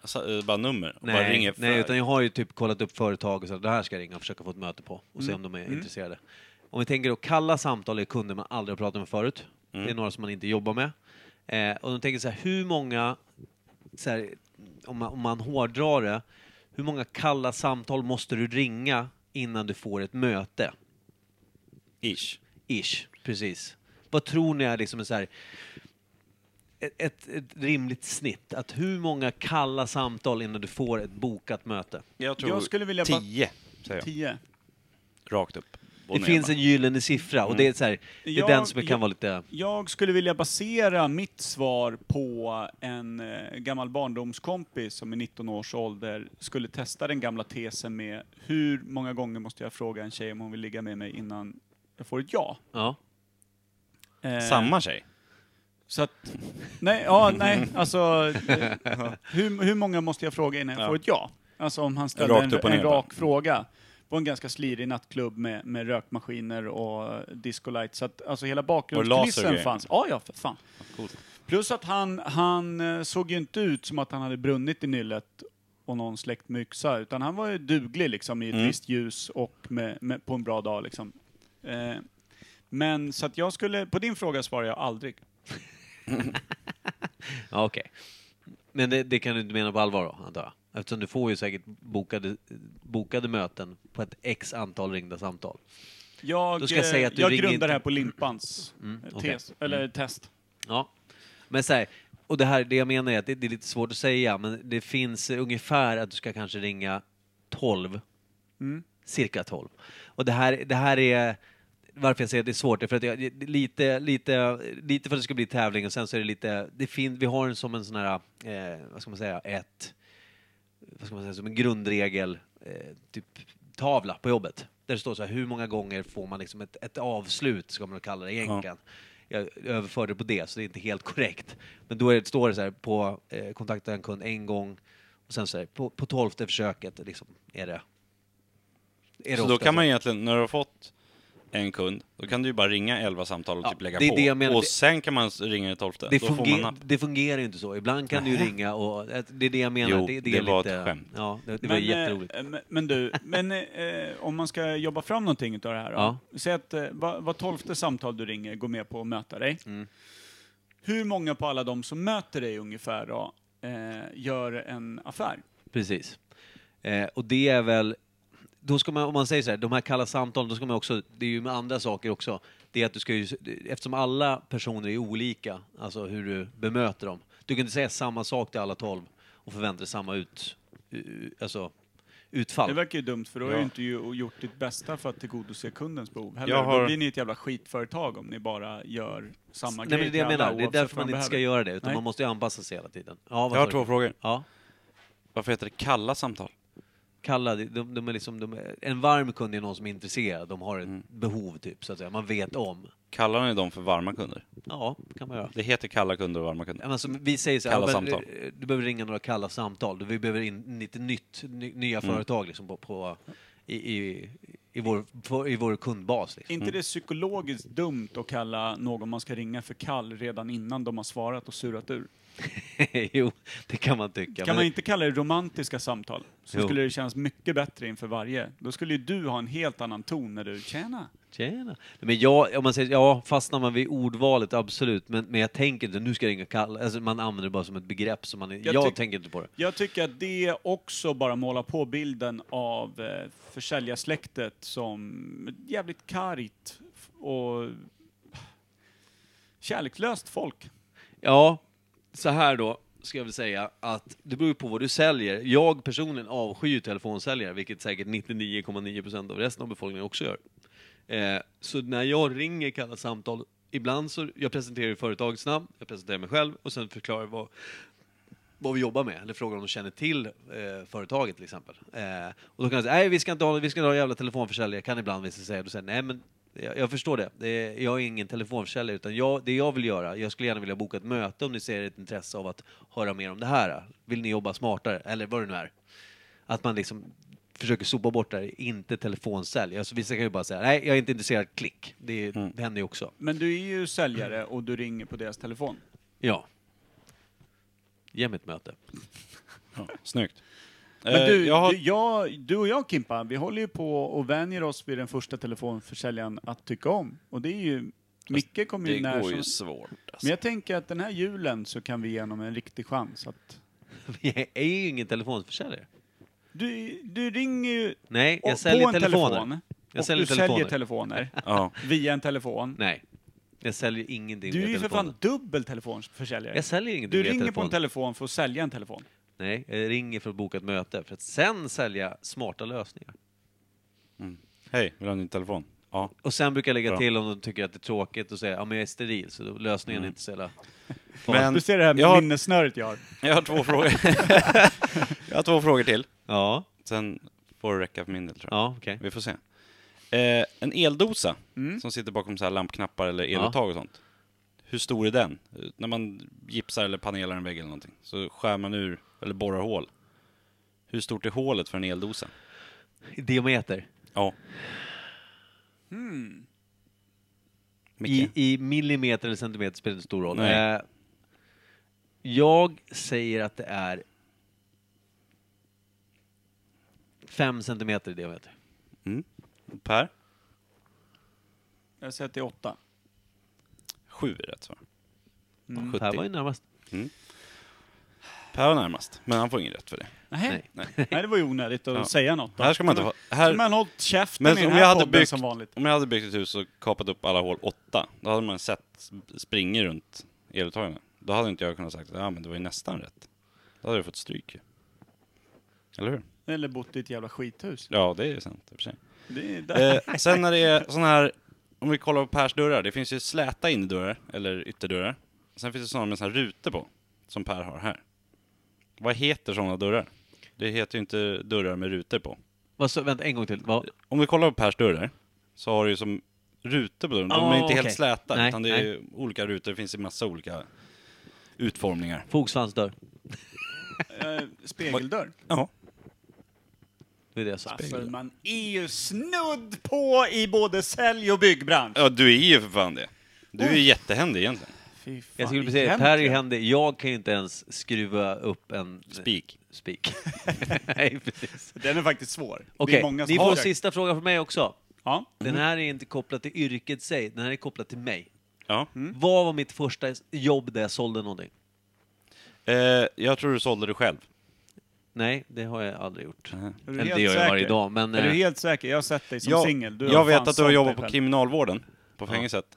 [SPEAKER 3] alltså, eh, bara nummer och bara
[SPEAKER 2] Nej,
[SPEAKER 3] ringer.
[SPEAKER 2] nej, utan jag har ju typ kollat upp företag och så här, det här ska jag ringa och försöka få ett möte på och
[SPEAKER 3] Mm.
[SPEAKER 2] se om de är intresserade. Om vi tänker då kalla samtal är kunder man aldrig har pratat med förut.
[SPEAKER 3] Mm.
[SPEAKER 2] Det är några som man inte jobbar med. Eh, och de tänker så här, hur många, så här, om, man, om man hårdrar det, hur många kalla samtal måste du ringa innan du får ett möte?
[SPEAKER 3] Ish.
[SPEAKER 2] Ish, precis. Vad tror ni är liksom en så här, ett, ett, ett rimligt snitt? Att hur många kalla samtal innan du får ett bokat möte?
[SPEAKER 3] Jag tror
[SPEAKER 1] Jag skulle vilja bara-
[SPEAKER 3] tio, säger jag.
[SPEAKER 1] Tio.
[SPEAKER 3] Rakt upp.
[SPEAKER 2] Det finns en gyllene siffra och det är så här, det är
[SPEAKER 1] Mm. Ja,
[SPEAKER 2] den som kan
[SPEAKER 1] ja.
[SPEAKER 2] vara lite...
[SPEAKER 1] Jag skulle vilja basera mitt svar på en eh, gammal barndomskompis som i 19 års ålder skulle testa den gamla tesen med hur många gånger måste jag fråga en tjej om hon vill ligga med mig innan jag får ett ja.
[SPEAKER 2] Ja.
[SPEAKER 1] Eh,
[SPEAKER 3] Samma tjej?
[SPEAKER 1] Så att, nej, ja, nej, alltså eh, hur, hur många måste jag fråga innan jag
[SPEAKER 3] Ja.
[SPEAKER 1] får ett ja? Alltså om han ställer
[SPEAKER 3] Rakt upp och
[SPEAKER 1] en, en
[SPEAKER 3] ner bara.
[SPEAKER 1] rak fråga på en ganska slirig nattklubb med, med rökmaskiner och discolight. Så att alltså hela
[SPEAKER 3] laser och
[SPEAKER 1] bakgrundskulissen
[SPEAKER 3] grejer.
[SPEAKER 1] fanns. Ja, ja, för fan.
[SPEAKER 3] Coolt.
[SPEAKER 1] Plus att han, han eh, såg ju inte ut som att han hade brunnit i nyllet och någon släckt med yxa, utan han var ju duglig liksom i ett
[SPEAKER 3] Mm.
[SPEAKER 1] visst ljus och med, med, på en bra dag liksom. Eh, men så att jag skulle, på din fråga svarar jag aldrig.
[SPEAKER 2] Ja, okej. Men det, det kan du inte mena på allvar då, antar jag? Eftersom du får ju säkert bokade, bokade möten på ett x antal ringda samtal.
[SPEAKER 1] Jag,
[SPEAKER 2] Då ska jag
[SPEAKER 1] eh,
[SPEAKER 2] säga att du
[SPEAKER 1] jag
[SPEAKER 2] ringer
[SPEAKER 1] grundar
[SPEAKER 2] inte- Mm,
[SPEAKER 1] det här på Limpans eh,
[SPEAKER 2] okej.
[SPEAKER 1] tes, eller test.
[SPEAKER 2] Ja. Men så här, och det här, det jag menar är att det, det är lite svårt att säga, men det finns eh, ungefär att du ska kanske ringa 12. Cirka 12. Och det här, det här är, varför jag säger att det är svårt, är för att jag, det- det- lite, lite, lite för att det ska bli tävling och sen så är det lite, det fin, vi har en som en sån här, eh, vad ska man säga, ett, vad ska man säga, som en grundregel, eh, typ tavla på jobbet. Där det står så här, hur många gånger får man liksom ett, ett avslut, ska man väl kalla det egentligen. Jag överförde på det, så det är inte helt korrekt. Men då är det, står det så här, på eh, kontakta en kund en gång, och sen så här, på, på tolfte försöket liksom, är det... är det
[SPEAKER 3] Så då
[SPEAKER 2] ofta
[SPEAKER 3] kan man egentligen, när du har fått en kund, då kan du ju bara ringa 11 samtal och
[SPEAKER 2] Ja,
[SPEAKER 3] typ lägga
[SPEAKER 2] det är
[SPEAKER 3] på.
[SPEAKER 2] det jag menar.
[SPEAKER 3] Och
[SPEAKER 2] Det-
[SPEAKER 3] sen kan man s- ringa det tolfte.
[SPEAKER 2] Det,
[SPEAKER 3] då får man
[SPEAKER 2] funger-
[SPEAKER 3] napp.
[SPEAKER 2] det fungerar ju inte så. Ibland kan du ringa och... att- Det är det jag menar.
[SPEAKER 3] Jo,
[SPEAKER 2] det,
[SPEAKER 3] det
[SPEAKER 2] är
[SPEAKER 3] var
[SPEAKER 2] lite,
[SPEAKER 3] ett skämt.
[SPEAKER 2] Ja, det, det var
[SPEAKER 1] Men,
[SPEAKER 2] jätteroligt.
[SPEAKER 1] eh, men, men du, men eh, om man ska jobba fram någonting utav det här då?
[SPEAKER 2] Ja.
[SPEAKER 1] Säg att eh, var, var tolfte samtal du ringer går med på att möta dig.
[SPEAKER 2] Mm.
[SPEAKER 1] Hur många på alla de som möter dig ungefär då, eh, gör en affär?
[SPEAKER 2] Precis. Eh, och det är väl... Då ska man, om man säger så här, de här kalla samtalen, då ska man också... Det är ju med andra saker också. Det är att du ska ju, eftersom alla personer är olika, alltså hur du bemöter dem. Du kan inte säga samma sak till alla tolv och förvänta dig samma ut, u- alltså, utfall.
[SPEAKER 1] Det verkar ju dumt för då har
[SPEAKER 2] Ja.
[SPEAKER 1] du inte ju gjort ditt bästa för att tillgodose kundens behov heller.
[SPEAKER 3] Jag
[SPEAKER 1] Då
[SPEAKER 3] har-
[SPEAKER 1] blir ni ett jävla skitföretag om ni bara gör samma
[SPEAKER 2] Nej, men det
[SPEAKER 1] grej
[SPEAKER 2] är det jag
[SPEAKER 1] till alla,
[SPEAKER 2] menar. Det är
[SPEAKER 1] oavsett
[SPEAKER 2] därför
[SPEAKER 1] vad
[SPEAKER 2] man inte ska
[SPEAKER 1] behöver.
[SPEAKER 2] göra det, utan
[SPEAKER 1] Nej.
[SPEAKER 2] man måste ju anpassa sig hela tiden. Ja, vad
[SPEAKER 3] Jag har
[SPEAKER 2] sa
[SPEAKER 3] två
[SPEAKER 2] du?
[SPEAKER 3] frågor.
[SPEAKER 2] Ja.
[SPEAKER 3] Varför heter det kalla samtal?
[SPEAKER 2] kalla, det- de, de är liksom, de, är- en varm kund är någon som är intresserad, de har ett
[SPEAKER 1] Mm.
[SPEAKER 2] behov typ, så att säga. Man vet om.
[SPEAKER 3] Kallar ni dem för varma kunder?
[SPEAKER 2] Ja, kan man göra.
[SPEAKER 3] Det heter kalla kunder och varma kunder.
[SPEAKER 2] Alltså, vi säger så här,
[SPEAKER 3] Kalla
[SPEAKER 2] ja, men,
[SPEAKER 3] samtal.
[SPEAKER 2] eh, du behöver ringa några kalla samtal, Du- vi behöver in lite nytt, ny, nya
[SPEAKER 3] Mm.
[SPEAKER 2] företag liksom på, på i, i, i, vår, för, i vår kundbas. Liksom.
[SPEAKER 1] inte det psykologiskt dumt att kalla någon man ska ringa för kall redan innan de har svarat och surat ur?
[SPEAKER 2] jo, det kan man tycka.
[SPEAKER 1] Kan
[SPEAKER 2] men-
[SPEAKER 1] man inte kalla det romantiska samtal? Så
[SPEAKER 2] Jo.
[SPEAKER 1] skulle det kännas mycket bättre inför varje. Då skulle ju du ha en helt annan ton när du tjena.
[SPEAKER 2] Tjena. Nej, Men jag, om man säger, ja, fastnar man vid ordvalet, absolut. Men, men jag tänker inte, nu ska jag ringa kall. Alltså, man använder det bara som ett begrepp. Som man, jag
[SPEAKER 1] tyck-
[SPEAKER 2] tänker inte på det.
[SPEAKER 1] Jag tycker att det också bara målar på bilden av eh, försäljarsläktet som ett jävligt kargt och kärleklöst folk.
[SPEAKER 2] Ja, så här då ska jag väl säga att det beror ju på vad du säljer. Jag personligen avskyr ju telefonsäljare, vilket säkert 99,9% av resten av befolkningen också gör. Eh, så när jag ringer kalla samtal, ibland så, jag presenterar ju företagets namn, jag presenterar mig själv och sen förklarar vad, vad vi jobbar med, eller frågar om de känner till eh, företaget till exempel. Eh, och då kan jag säga, nej vi ska inte ha, vi ska inte ha jävla telefonförsäljare, kan ibland vissa säga. Då säger jag, nej men jag, jag förstår det. det, är- jag är ingen telefonförsäljare utan jag, det jag vill göra, jag skulle gärna vilja boka ett möte om ni ser ett intresse av att höra mer om det här. Vill ni jobba smartare, eller vad det nu är. Att man liksom försöker sopa bort det här, inte telefonsälj. Alltså, vissa kan ju bara säga, nej jag är inte intresserad, klick. Det, det händer ju också.
[SPEAKER 1] Men du är ju säljare och du ringer på deras telefon.
[SPEAKER 2] Ja. Ge mig ett möte.
[SPEAKER 3] Ja, snyggt. Eh,
[SPEAKER 1] Men du,
[SPEAKER 3] jag har...
[SPEAKER 1] du, jag, du och jag Kimpa, vi håller ju på och vänjer oss vid den första telefonförsäljaren att tycka om. Och det är ju, Micke kommer ju
[SPEAKER 3] det
[SPEAKER 1] när
[SPEAKER 3] går
[SPEAKER 1] som...
[SPEAKER 3] ju svårt. Alltså.
[SPEAKER 1] Men jag tänker att den här julen så kan vi ge honom en riktig chans att...
[SPEAKER 2] Jag är ju ingen telefonförsäljare.
[SPEAKER 1] Du, du ringer ju
[SPEAKER 2] Nej,
[SPEAKER 1] och-
[SPEAKER 2] jag säljer
[SPEAKER 1] på en
[SPEAKER 2] telefoner.
[SPEAKER 1] telefon.
[SPEAKER 2] Jag
[SPEAKER 1] och
[SPEAKER 2] säljer
[SPEAKER 1] du
[SPEAKER 2] telefoner.
[SPEAKER 1] säljer telefoner
[SPEAKER 3] Ja.
[SPEAKER 1] via en telefon.
[SPEAKER 2] Nej, jag säljer ingenting
[SPEAKER 1] du är
[SPEAKER 2] via
[SPEAKER 1] ju för
[SPEAKER 2] telefonen.
[SPEAKER 1] fan dubbel telefonförsäljare.
[SPEAKER 2] Jag säljer ingenting
[SPEAKER 1] du
[SPEAKER 2] via
[SPEAKER 1] ringer på
[SPEAKER 2] telefon.
[SPEAKER 1] en telefon för att sälja en telefon.
[SPEAKER 2] Nej, jag ringer för att boka ett möte för att sen sälja smarta lösningar.
[SPEAKER 3] Hej, vill du ha en ny telefon? Ja. Ja.
[SPEAKER 2] Och sen brukar jag lägga
[SPEAKER 3] Bra.
[SPEAKER 2] till om de tycker att det är tråkigt och säga ja men jag är steril så då lösningen är inte så jävla...
[SPEAKER 3] Men
[SPEAKER 1] Du ser det här
[SPEAKER 3] jag, har,
[SPEAKER 1] minnessnöret jag har.
[SPEAKER 3] jag har två frågor. jag har två frågor till.
[SPEAKER 2] Ja,
[SPEAKER 3] Sen får det räcka för min del tror jag.
[SPEAKER 2] ja Mm. okej.
[SPEAKER 3] Vi får se. Eh, en eldosa som sitter bakom så här lampknappar eller eluttag och sånt. Hur stor är den? Eh, När man gipsar eller panelar en vägg eller någonting så skär man ur eller borrar hål. Hur stort är hålet för en eldosa?
[SPEAKER 2] I Diameter.
[SPEAKER 3] Ja.
[SPEAKER 2] I,
[SPEAKER 3] Micke?
[SPEAKER 2] I millimeter eller centimeter spelar det inte stor roll.
[SPEAKER 3] Nej.
[SPEAKER 2] Eh, jag säger att det är fem centimeter i diameter.
[SPEAKER 3] Per?
[SPEAKER 1] Jag säger att det är åtta.
[SPEAKER 3] Sju är rätt svar.
[SPEAKER 2] Det här Mm, var
[SPEAKER 3] 70.
[SPEAKER 2] ju närmast.
[SPEAKER 3] Per var närmast, men han får ingen rätt för det.
[SPEAKER 1] Nej.
[SPEAKER 3] Nej.
[SPEAKER 1] Nej, det var ju onödigt att
[SPEAKER 3] Ja.
[SPEAKER 1] säga något. Då.
[SPEAKER 3] Här ska man inte
[SPEAKER 1] Men-
[SPEAKER 3] vara- här-
[SPEAKER 1] Skulle man hållit käften
[SPEAKER 3] Men
[SPEAKER 1] i den
[SPEAKER 3] om
[SPEAKER 1] här
[SPEAKER 3] jag, hade
[SPEAKER 1] podden
[SPEAKER 3] byggt,
[SPEAKER 1] som vanligt.
[SPEAKER 3] om jag hade byggt ett hus och kapat upp alla hål åtta, då hade man sett springer runt eluttagen. Då hade inte jag kunnat sagt att ja, men det var ju nästan rätt. Då hade jag fått stryk ju. Eller hur?
[SPEAKER 1] Eller bott i ett jävla skithus.
[SPEAKER 3] Ja, det är ju sant i och för sig.
[SPEAKER 1] Det är där.
[SPEAKER 3] Eh, sen när det är sådana här, om vi kollar på Pers dörrar, det finns ju släta innerdörrar, eller ytterdörrar. Sen finns det sådana med sådana här rutor på, som Per har här. Vad heter sådana dörrar? Det heter ju inte dörrar med rutor på.
[SPEAKER 2] Vad så, vänta, en gång till. Vad?
[SPEAKER 3] Om vi kollar på Pers dörrar, så har du ju som rutor på dörren. De
[SPEAKER 2] Ah,
[SPEAKER 3] är inte
[SPEAKER 2] okej.
[SPEAKER 3] helt släta,
[SPEAKER 2] Nej,
[SPEAKER 3] utan det är ju olika rutor, det finns ju massa olika utformningar.
[SPEAKER 2] Fogsvansdörr.
[SPEAKER 1] Eh, spegeldörr.
[SPEAKER 3] Ja.
[SPEAKER 2] Det är det jag sa.
[SPEAKER 1] Alltså, man är ju snudd på i både sälj och byggbransch.
[SPEAKER 3] ja, du är ju för fan det. Du är ju
[SPEAKER 1] Oh.
[SPEAKER 3] jättehändig egentligen.
[SPEAKER 1] Fy fan,
[SPEAKER 2] Jag skulle precis säga, Per är
[SPEAKER 1] egentligen.
[SPEAKER 2] händer. Jag kan ju inte ens skruva upp en...
[SPEAKER 3] Spik.
[SPEAKER 2] Spik. Nej, precis.
[SPEAKER 1] Den är faktiskt svår. det är
[SPEAKER 2] Okej,
[SPEAKER 1] många som
[SPEAKER 2] ni
[SPEAKER 1] har
[SPEAKER 2] får
[SPEAKER 1] försökt.
[SPEAKER 2] sista frågan från mig också.
[SPEAKER 1] Ja.
[SPEAKER 2] Den här är inte kopplad till yrket i sig, den här är kopplad till mig.
[SPEAKER 3] Ja.
[SPEAKER 1] Mm.
[SPEAKER 2] Vad var mitt första jobb där jag sålde någonting?
[SPEAKER 3] Eh, jag tror du sålde det själv.
[SPEAKER 2] Nej, det har jag aldrig gjort.
[SPEAKER 1] Är du
[SPEAKER 2] Eller
[SPEAKER 1] helt
[SPEAKER 2] det gör jag
[SPEAKER 1] säker?
[SPEAKER 2] varje dag, men...
[SPEAKER 1] Är du
[SPEAKER 2] eh,
[SPEAKER 1] helt säker? Jag har sett dig som
[SPEAKER 3] jag,
[SPEAKER 1] singel. Du
[SPEAKER 3] jag
[SPEAKER 1] fan
[SPEAKER 3] vet att du har
[SPEAKER 1] sålt
[SPEAKER 3] jobbat
[SPEAKER 1] dig
[SPEAKER 3] på
[SPEAKER 1] själv.
[SPEAKER 3] kriminalvården, på fängelset.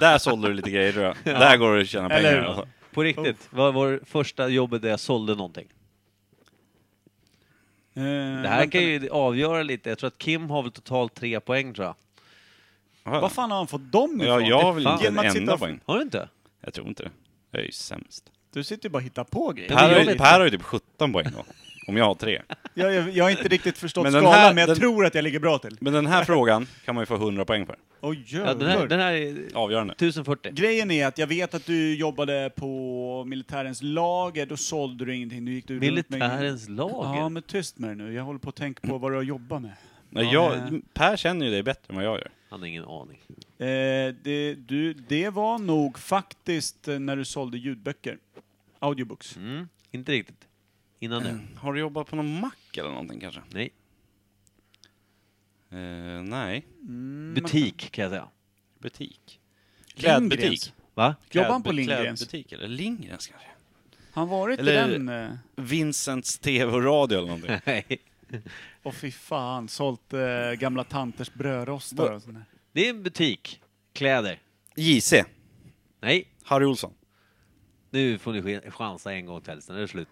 [SPEAKER 3] Där sålde du lite grejer tror jag. Där går det att tjäna
[SPEAKER 1] Eller
[SPEAKER 3] pengar.
[SPEAKER 1] hur?
[SPEAKER 3] alltså.
[SPEAKER 2] På riktigt, vad var första jobbet där jag sålde någonting?
[SPEAKER 1] Eh,
[SPEAKER 2] Det här
[SPEAKER 1] vänta
[SPEAKER 2] kan
[SPEAKER 1] nu.
[SPEAKER 2] ju avgöra lite. Jag tror att Kim har väl totalt tre poäng, tror jag.
[SPEAKER 1] Vad fan har han fått dem ifrån?
[SPEAKER 3] Ja, jag har väl
[SPEAKER 2] Fan.
[SPEAKER 3] inte en
[SPEAKER 1] Genom att sitta
[SPEAKER 3] enda
[SPEAKER 1] och-
[SPEAKER 3] poäng.
[SPEAKER 2] Har du inte?
[SPEAKER 3] Jag tror inte det. Jag är ju sämst.
[SPEAKER 1] Du sitter ju bara och hittar på
[SPEAKER 2] Ja, men
[SPEAKER 1] grejer.
[SPEAKER 3] Per har,
[SPEAKER 2] jag
[SPEAKER 3] ju,
[SPEAKER 2] vet
[SPEAKER 3] per har ju typ 17 poäng då. Om jag har tre.
[SPEAKER 1] Jag, jag, jag har inte riktigt förstått
[SPEAKER 3] Men den
[SPEAKER 1] skalan,
[SPEAKER 3] här-
[SPEAKER 1] men jag
[SPEAKER 3] den-
[SPEAKER 1] tror att jag ligger bra till.
[SPEAKER 3] Men den här frågan kan man ju få 100 poäng för.
[SPEAKER 1] Åh
[SPEAKER 2] Ja, den, här,
[SPEAKER 1] jävlar.
[SPEAKER 2] den här är
[SPEAKER 3] Avgörande.
[SPEAKER 2] 1040.
[SPEAKER 1] Grejen är att jag vet att du jobbade på militärens lager, då sålde du ingenting. Du gick du runt med-
[SPEAKER 2] Militärens lager?
[SPEAKER 1] Mm. Ja, men tyst med dig nu. Jag håller på att tänka på vad du har jobbat med.
[SPEAKER 3] Nej, jag, per känner ju dig bättre än vad jag gör.
[SPEAKER 2] Han har ingen aning.
[SPEAKER 1] Eh, det, du, det var nog faktiskt eh, när du sålde ljudböcker. Audiobooks.
[SPEAKER 2] Mm, inte riktigt. Innan det.
[SPEAKER 1] Mm.
[SPEAKER 3] Har du jobbat på någon mack eller någonting kanske?
[SPEAKER 2] Nej.
[SPEAKER 3] Eh, nej.
[SPEAKER 1] Mm,
[SPEAKER 2] Butik, kan jag säga.
[SPEAKER 3] Butik.
[SPEAKER 1] Lindgrens.
[SPEAKER 3] Klädbutik.
[SPEAKER 2] Va?
[SPEAKER 1] Jobbar han på
[SPEAKER 3] Kläd-
[SPEAKER 1] Lindgrens?
[SPEAKER 3] Klädbutik eller Lindgrens kanske?
[SPEAKER 1] Han varit
[SPEAKER 3] Eller-
[SPEAKER 1] i den... eh,
[SPEAKER 3] Vincents TV och radio eller någonting.
[SPEAKER 2] Nej.
[SPEAKER 1] Och fy fan, sålt eh, gamla tanters brödrostar och sånt där.
[SPEAKER 2] Det är en butik. Kläder.
[SPEAKER 3] JC.
[SPEAKER 2] Nej,
[SPEAKER 3] Harry Olsson.
[SPEAKER 2] nu får ni ch- chansa en gång till, sen är det slut.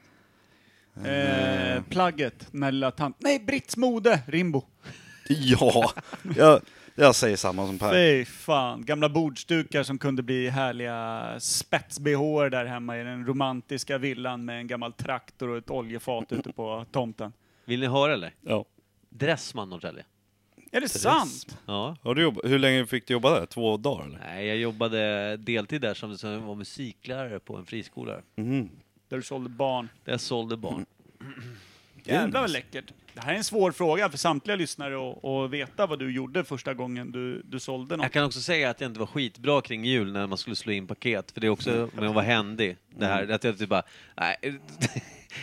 [SPEAKER 1] Eh, plagget, när lilla tant... Nej, Britts mode! Rimbo.
[SPEAKER 3] Ja, jag, jag säger samma som Per.
[SPEAKER 1] Fy fan, gamla bordsdukar som kunde bli härliga spets där hemma i den romantiska villan med en gammal traktor och ett oljefat ute på tomten.
[SPEAKER 2] Vill ni höra eller?
[SPEAKER 3] Ja.
[SPEAKER 2] Dressman Norrtälje.
[SPEAKER 1] Är det sant?
[SPEAKER 2] Ja.
[SPEAKER 3] Har du jobbat, hur länge fick du jobba där? Två dagar eller?
[SPEAKER 2] Nej, jag jobbade deltid där som, som var musiklärare på en friskola.
[SPEAKER 1] Mm. Där du sålde barn.
[SPEAKER 2] Där jag sålde barn.
[SPEAKER 1] Jävlar vad läckert. Det här är en svår fråga för samtliga lyssnare att- att veta vad du gjorde första gången du, du sålde något.
[SPEAKER 2] Jag kan också säga att jag inte var skitbra kring jul när man skulle slå in paket, för det är
[SPEAKER 1] Mm.
[SPEAKER 2] också med att vara händig. Det här, att jag typ bara, nej.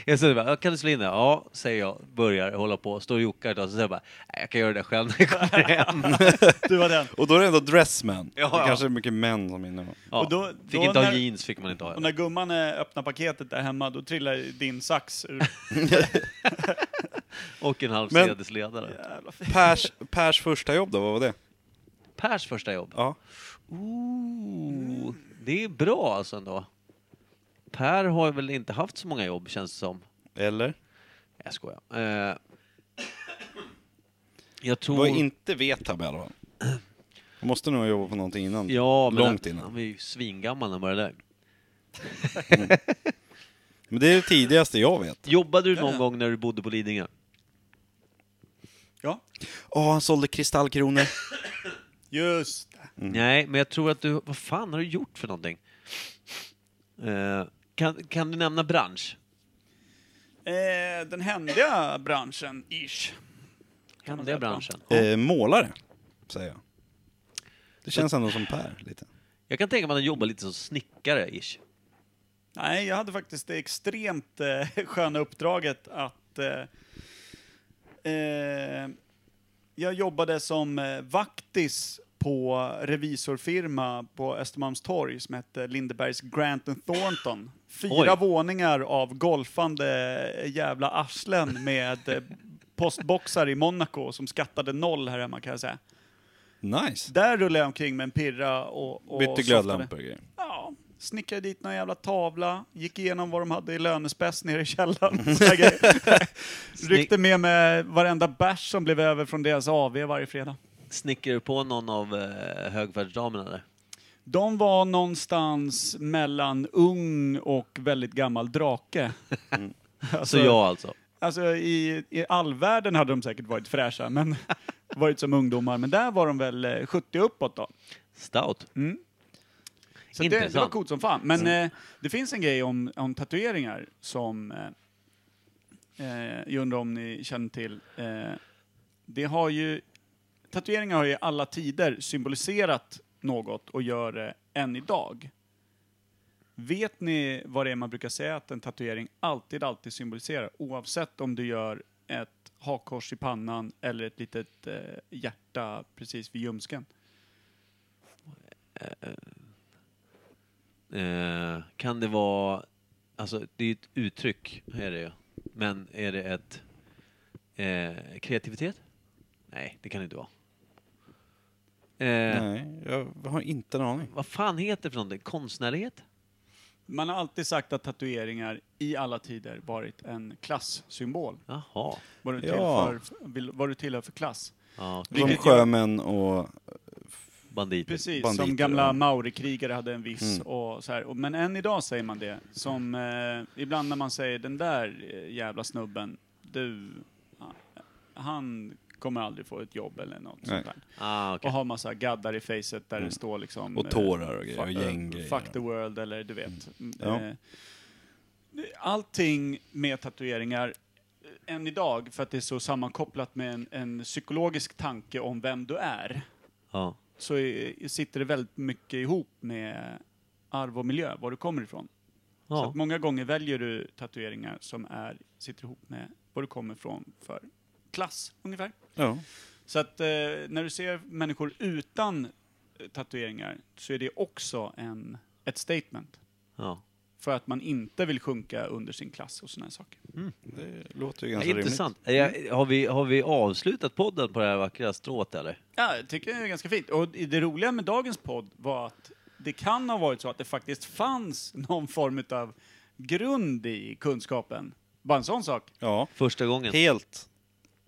[SPEAKER 2] Jag säger bara, kan du slå in det? Ja, säger jag, börjar hålla på, står och jockar ett tag, så säger jag bara, nej, jag kan göra det själv när jag kommer hem.
[SPEAKER 1] Du var den.
[SPEAKER 3] Och då är det ändå dressman.
[SPEAKER 2] Ja, ja.
[SPEAKER 3] Det kanske är mycket män som är inne.
[SPEAKER 2] Ja,
[SPEAKER 1] Och då-
[SPEAKER 2] fick
[SPEAKER 1] då
[SPEAKER 2] inte ha
[SPEAKER 1] när-
[SPEAKER 2] jeans, fick man inte ha.
[SPEAKER 1] Och när gumman eh, öppnar paketet där hemma, då trillar ju din sax ur.
[SPEAKER 2] Och en halv
[SPEAKER 3] Men-
[SPEAKER 2] sedesledare.
[SPEAKER 1] Jävla fy-
[SPEAKER 3] Pers, Pers första jobb då, vad var det?
[SPEAKER 2] Pers första jobb.
[SPEAKER 3] Ja.
[SPEAKER 1] Mm.
[SPEAKER 2] Ooh, det är bra alltså ändå. Per har väl inte haft så många jobb känns det som.
[SPEAKER 3] Eller?
[SPEAKER 2] Jag skojar. Eh, jag tror...
[SPEAKER 3] Vad inte vet han i alla fall. Måste nog jobba på någonting innan.
[SPEAKER 2] Ja, men
[SPEAKER 3] Långt
[SPEAKER 2] han,
[SPEAKER 3] innan.
[SPEAKER 2] han var ju svingammal när han började där.
[SPEAKER 3] Men det är det tidigaste jag vet.
[SPEAKER 2] Jobbade du någon
[SPEAKER 1] ja.
[SPEAKER 2] gång när du bodde på Lidingö?
[SPEAKER 1] Ja.
[SPEAKER 3] Åh, han sålde kristallkronor.
[SPEAKER 1] Just det.
[SPEAKER 2] Nej, men jag tror att du... Vad fan har du gjort för någonting? Eh, kan, kan du nämna bransch?
[SPEAKER 1] Eh, den händiga branschen, ish.
[SPEAKER 2] Kan
[SPEAKER 1] man
[SPEAKER 2] det
[SPEAKER 1] säga
[SPEAKER 2] branschen?
[SPEAKER 3] eh, målare, säger jag. Det känns ändå som Per, lite.
[SPEAKER 2] Jag kan tänka mig att han jobbar lite som snickare-ish.
[SPEAKER 1] Nej, jag hade faktiskt det extremt eh, sköna uppdraget att... Eh, eh, jag jobbade som eh, vaktis på revisorfirma på Östermalmstorg som hette Lindebergs Grant and Thornton. Fyra
[SPEAKER 2] Oj.
[SPEAKER 1] våningar av golfande eh, jävla arslen med eh, postboxar i Monaco som skattade noll här hemma kan jag säga.
[SPEAKER 3] Nice.
[SPEAKER 1] Där rullade jag omkring med en pirra och, och
[SPEAKER 3] Bytte
[SPEAKER 1] softade.
[SPEAKER 3] glödlampor och grejer.
[SPEAKER 1] Ja, snickrade dit någon jävla tavla, gick igenom vad de hade i lönespäss nere i
[SPEAKER 2] Mm.
[SPEAKER 1] källaren. Så här grejer. Ryckte med mig varenda bärs som blev över från deras AV varje fredag.
[SPEAKER 2] Snickrar du på någon av eh, högfärdsdamerna där?
[SPEAKER 1] De var någonstans mellan ung och väldigt gammal drake. Alltså,
[SPEAKER 2] Mm. Så jag alltså.
[SPEAKER 1] Alltså i, i allvärlden hade de säkert varit fräscha, men varit som ungdomar. Men där var de väl eh, 70 uppåt då.
[SPEAKER 2] Stout.
[SPEAKER 1] Så det, det var
[SPEAKER 2] Intressant.
[SPEAKER 1] coolt som fan. Men eh, det finns en grej om, om tatueringar som eh, eh, jag undrar om ni känner till. Eh, det har ju, tatueringar har ju i alla tider symboliserat något och gör det än idag. Vet ni vad det är man brukar säga att en tatuering alltid, alltid symboliserar? Oavsett om du gör ett hakkors i pannan eller ett litet eh, hjärta precis vid ljumsken.
[SPEAKER 2] Eh, kan det vara... Alltså, det är ju ett uttryck, är det ju. Men är det ett... Eh, kreativitet? Nej, det kan det inte vara. Eh,
[SPEAKER 3] Nej, jag har inte en aning.
[SPEAKER 2] vad fan heter det för någonting? Konstnärlighet?
[SPEAKER 1] Man har alltid sagt att tatueringar i alla tider varit en klasssymbol.
[SPEAKER 2] Jaha.
[SPEAKER 1] Vad du,
[SPEAKER 3] Ja.
[SPEAKER 1] tillhör, vill- vad du tillhör för klass.
[SPEAKER 2] Ja,
[SPEAKER 3] Som
[SPEAKER 1] Vilket
[SPEAKER 3] sjömän och...
[SPEAKER 2] banditer.
[SPEAKER 1] Precis,
[SPEAKER 3] Banditer,
[SPEAKER 1] som gamla
[SPEAKER 3] ja. Mm.
[SPEAKER 1] maurikrigare hade en viss och så här. Och- Men än idag säger man det. Som eh, ibland när man säger den där eh, jävla snubben, du, han- han kommer aldrig få ett jobb eller något
[SPEAKER 3] Nej. Mm.
[SPEAKER 1] sånt där.
[SPEAKER 2] Ah, okej.
[SPEAKER 1] Och har massa gaddar i facet där det står liksom...
[SPEAKER 3] Och
[SPEAKER 1] eh,
[SPEAKER 3] tårar och grejer,
[SPEAKER 1] Fu-
[SPEAKER 3] och
[SPEAKER 1] eh,
[SPEAKER 3] gänggrejer.
[SPEAKER 1] Fuck the world eller du vet. Mm,
[SPEAKER 3] Ja.
[SPEAKER 1] eh, Allting med tatueringar eh, än idag, för att det är så sammankopplat med en, en psykologisk tanke om vem du är,
[SPEAKER 2] Ja.
[SPEAKER 1] så är, sitter det väldigt mycket ihop med arv och miljö, var du kommer ifrån. Så
[SPEAKER 2] Ja.
[SPEAKER 1] att många gånger väljer du tatueringar som är, sitter ihop med var du kommer ifrån för klass, ungefär.
[SPEAKER 3] Ja.
[SPEAKER 1] Så att eh, när du ser människor utan eh, tatueringar så är det också en, ett statement.
[SPEAKER 2] ja.
[SPEAKER 1] För att man inte vill sjunka under sin klass och sådana här saker.
[SPEAKER 3] Det låter ju
[SPEAKER 2] Ja,
[SPEAKER 3] ganska
[SPEAKER 2] intressant. Eh, har, vi, har vi avslutat podden på det här vackra strået eller?
[SPEAKER 1] Ja, jag tycker det är ganska fint. Och det roliga med dagens podd var att det kan ha varit så att det faktiskt fanns någon form av grund i kunskapen. Bara en sån sak.
[SPEAKER 3] rimligt. Ja.
[SPEAKER 2] Första gången.
[SPEAKER 3] Helt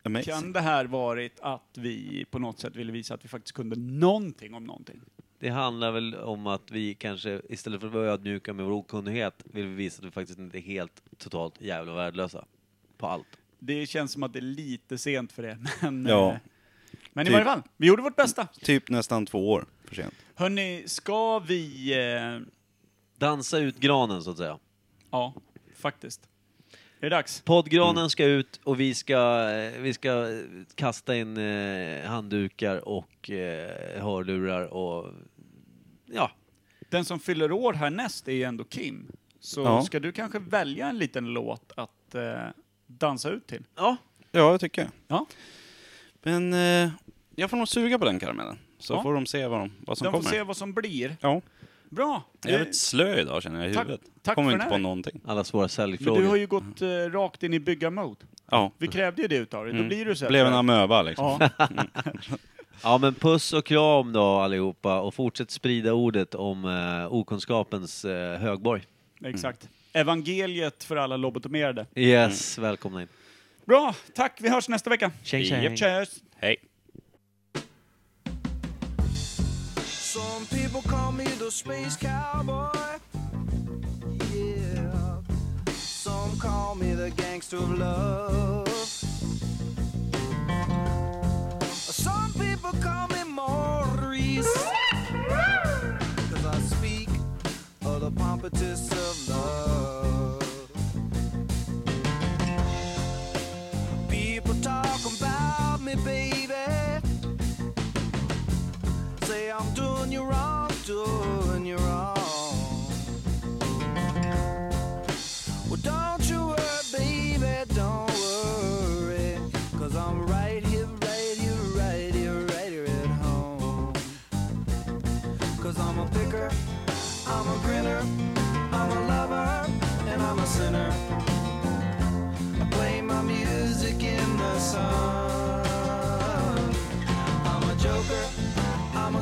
[SPEAKER 3] amazing.
[SPEAKER 1] Kan det här varit att vi på något sätt ville visa att vi faktiskt kunde någonting om någonting?
[SPEAKER 2] Det handlar väl om att vi kanske, istället för att vara ödmjuka med vår okunnighet, vill vi visa att vi faktiskt inte är helt totalt jävla värdelösa. På allt.
[SPEAKER 1] Det känns som att det är lite sent för det, men...
[SPEAKER 3] Ja.
[SPEAKER 1] eh, Men i
[SPEAKER 3] Typ.
[SPEAKER 1] varje fall, vi gjorde vårt bästa.
[SPEAKER 3] Typ nästan två år för sent.
[SPEAKER 1] Hörni, ska vi... Eh,
[SPEAKER 2] Dansa ut granen så att säga.
[SPEAKER 1] ja, faktiskt. Är det dags?
[SPEAKER 2] Poddgranen
[SPEAKER 1] Mm.
[SPEAKER 2] ska ut och vi ska, eh, vi ska eh, kasta in eh, handdukar och eh, hörlurar och ja,
[SPEAKER 1] Den som fyller år härnäst är ju ändå Kim. Så
[SPEAKER 3] Ja.
[SPEAKER 1] ska du kanske välja en liten låt att eh, dansa ut till?
[SPEAKER 2] ja.
[SPEAKER 3] Ja, jag tycker jag.
[SPEAKER 1] Ja,
[SPEAKER 3] Men eh, jag får nog suga på den karamellen. Så
[SPEAKER 1] Ja.
[SPEAKER 3] får de se vad, de, vad som
[SPEAKER 1] de får
[SPEAKER 3] kommer.
[SPEAKER 1] se vad som blir.
[SPEAKER 3] Ja.
[SPEAKER 1] Bra!
[SPEAKER 3] Jag är
[SPEAKER 1] Eh,
[SPEAKER 3] lite slö idag känner jag i
[SPEAKER 1] Tack-
[SPEAKER 3] huvudet.
[SPEAKER 1] tack
[SPEAKER 3] kommer
[SPEAKER 1] för
[SPEAKER 3] inte
[SPEAKER 1] den
[SPEAKER 3] på
[SPEAKER 1] här.
[SPEAKER 3] någonting.
[SPEAKER 2] alla
[SPEAKER 1] Men du
[SPEAKER 2] svåra
[SPEAKER 1] har
[SPEAKER 2] säljfrågor.
[SPEAKER 1] ju gått eh, rakt in i byggarmode.
[SPEAKER 3] Ja. Mm.
[SPEAKER 1] Vi krävde ju det utav dig, då blir du så här-
[SPEAKER 3] Blev en amöba liksom.
[SPEAKER 1] Ja,
[SPEAKER 2] Ja men puss och kram då allihopa och fortsätt sprida ordet om eh, okunskapens eh, högborg.
[SPEAKER 1] exakt. Evangeliet för alla lobotomerade.
[SPEAKER 2] Yes,
[SPEAKER 1] Mm.
[SPEAKER 2] välkomna in.
[SPEAKER 1] Bra, tack. Vi hörs nästa vecka.
[SPEAKER 2] Tjing
[SPEAKER 3] tjing.
[SPEAKER 1] Cheers!
[SPEAKER 3] Hej.
[SPEAKER 7] Some people call me the space cowboy. Yeah. Some call me the gangster of love. Some people call me Maurice. Cause I speak of the pompous of love. People talk about me, baby. Say I'm doing you wrong, doing you wrong. Well, don't you worry, baby, don't worry. Cause I'm right here, right here, right here, right here at home. Cause I'm a picker, I'm a grinner, I'm a lover, and I'm a sinner. I play my music in the sun. I'm a joker, I'm a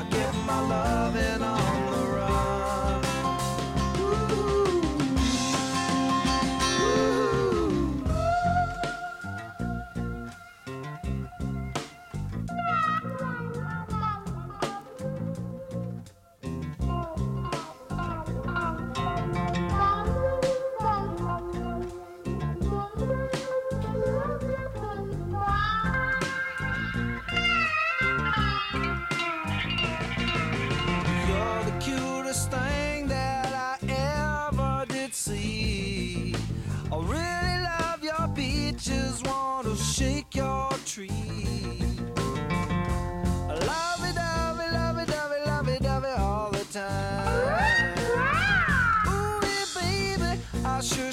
[SPEAKER 7] I get my loving on the run. Ooh. Ooh. You're the cutest thing that I ever did see. I really love your beaches, want to shake your tree. Lovey dovey, lovey dovey, lovey dovey all the time. Ooh, yeah, baby, I sure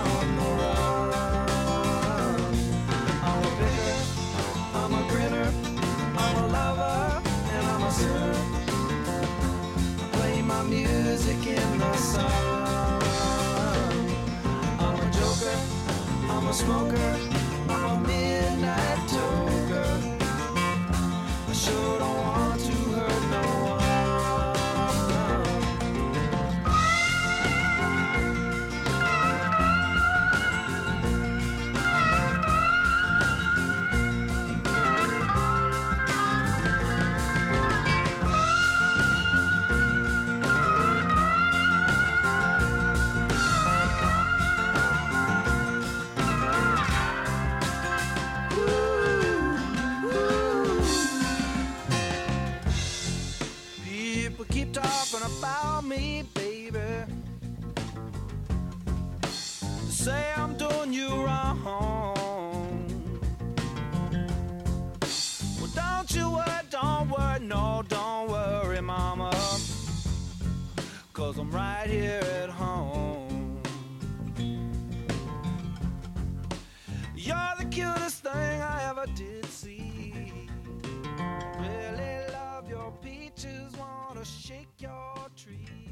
[SPEAKER 7] on the run. I'm a bitter, I'm a grinner, I'm a lover, and I'm a sinner. I play my music in the sun. I'm a joker, I'm a smoker, I'm a midnight toker. I sure don't want to hurt no one. People keep talking about me, baby. Say I'm doing you wrong. Well, don't you worry, don't worry, no, don't worry, mama. Cause I'm right here at home. You're the cutest thing I ever did see. Really love your peaches, wanna shake your tree.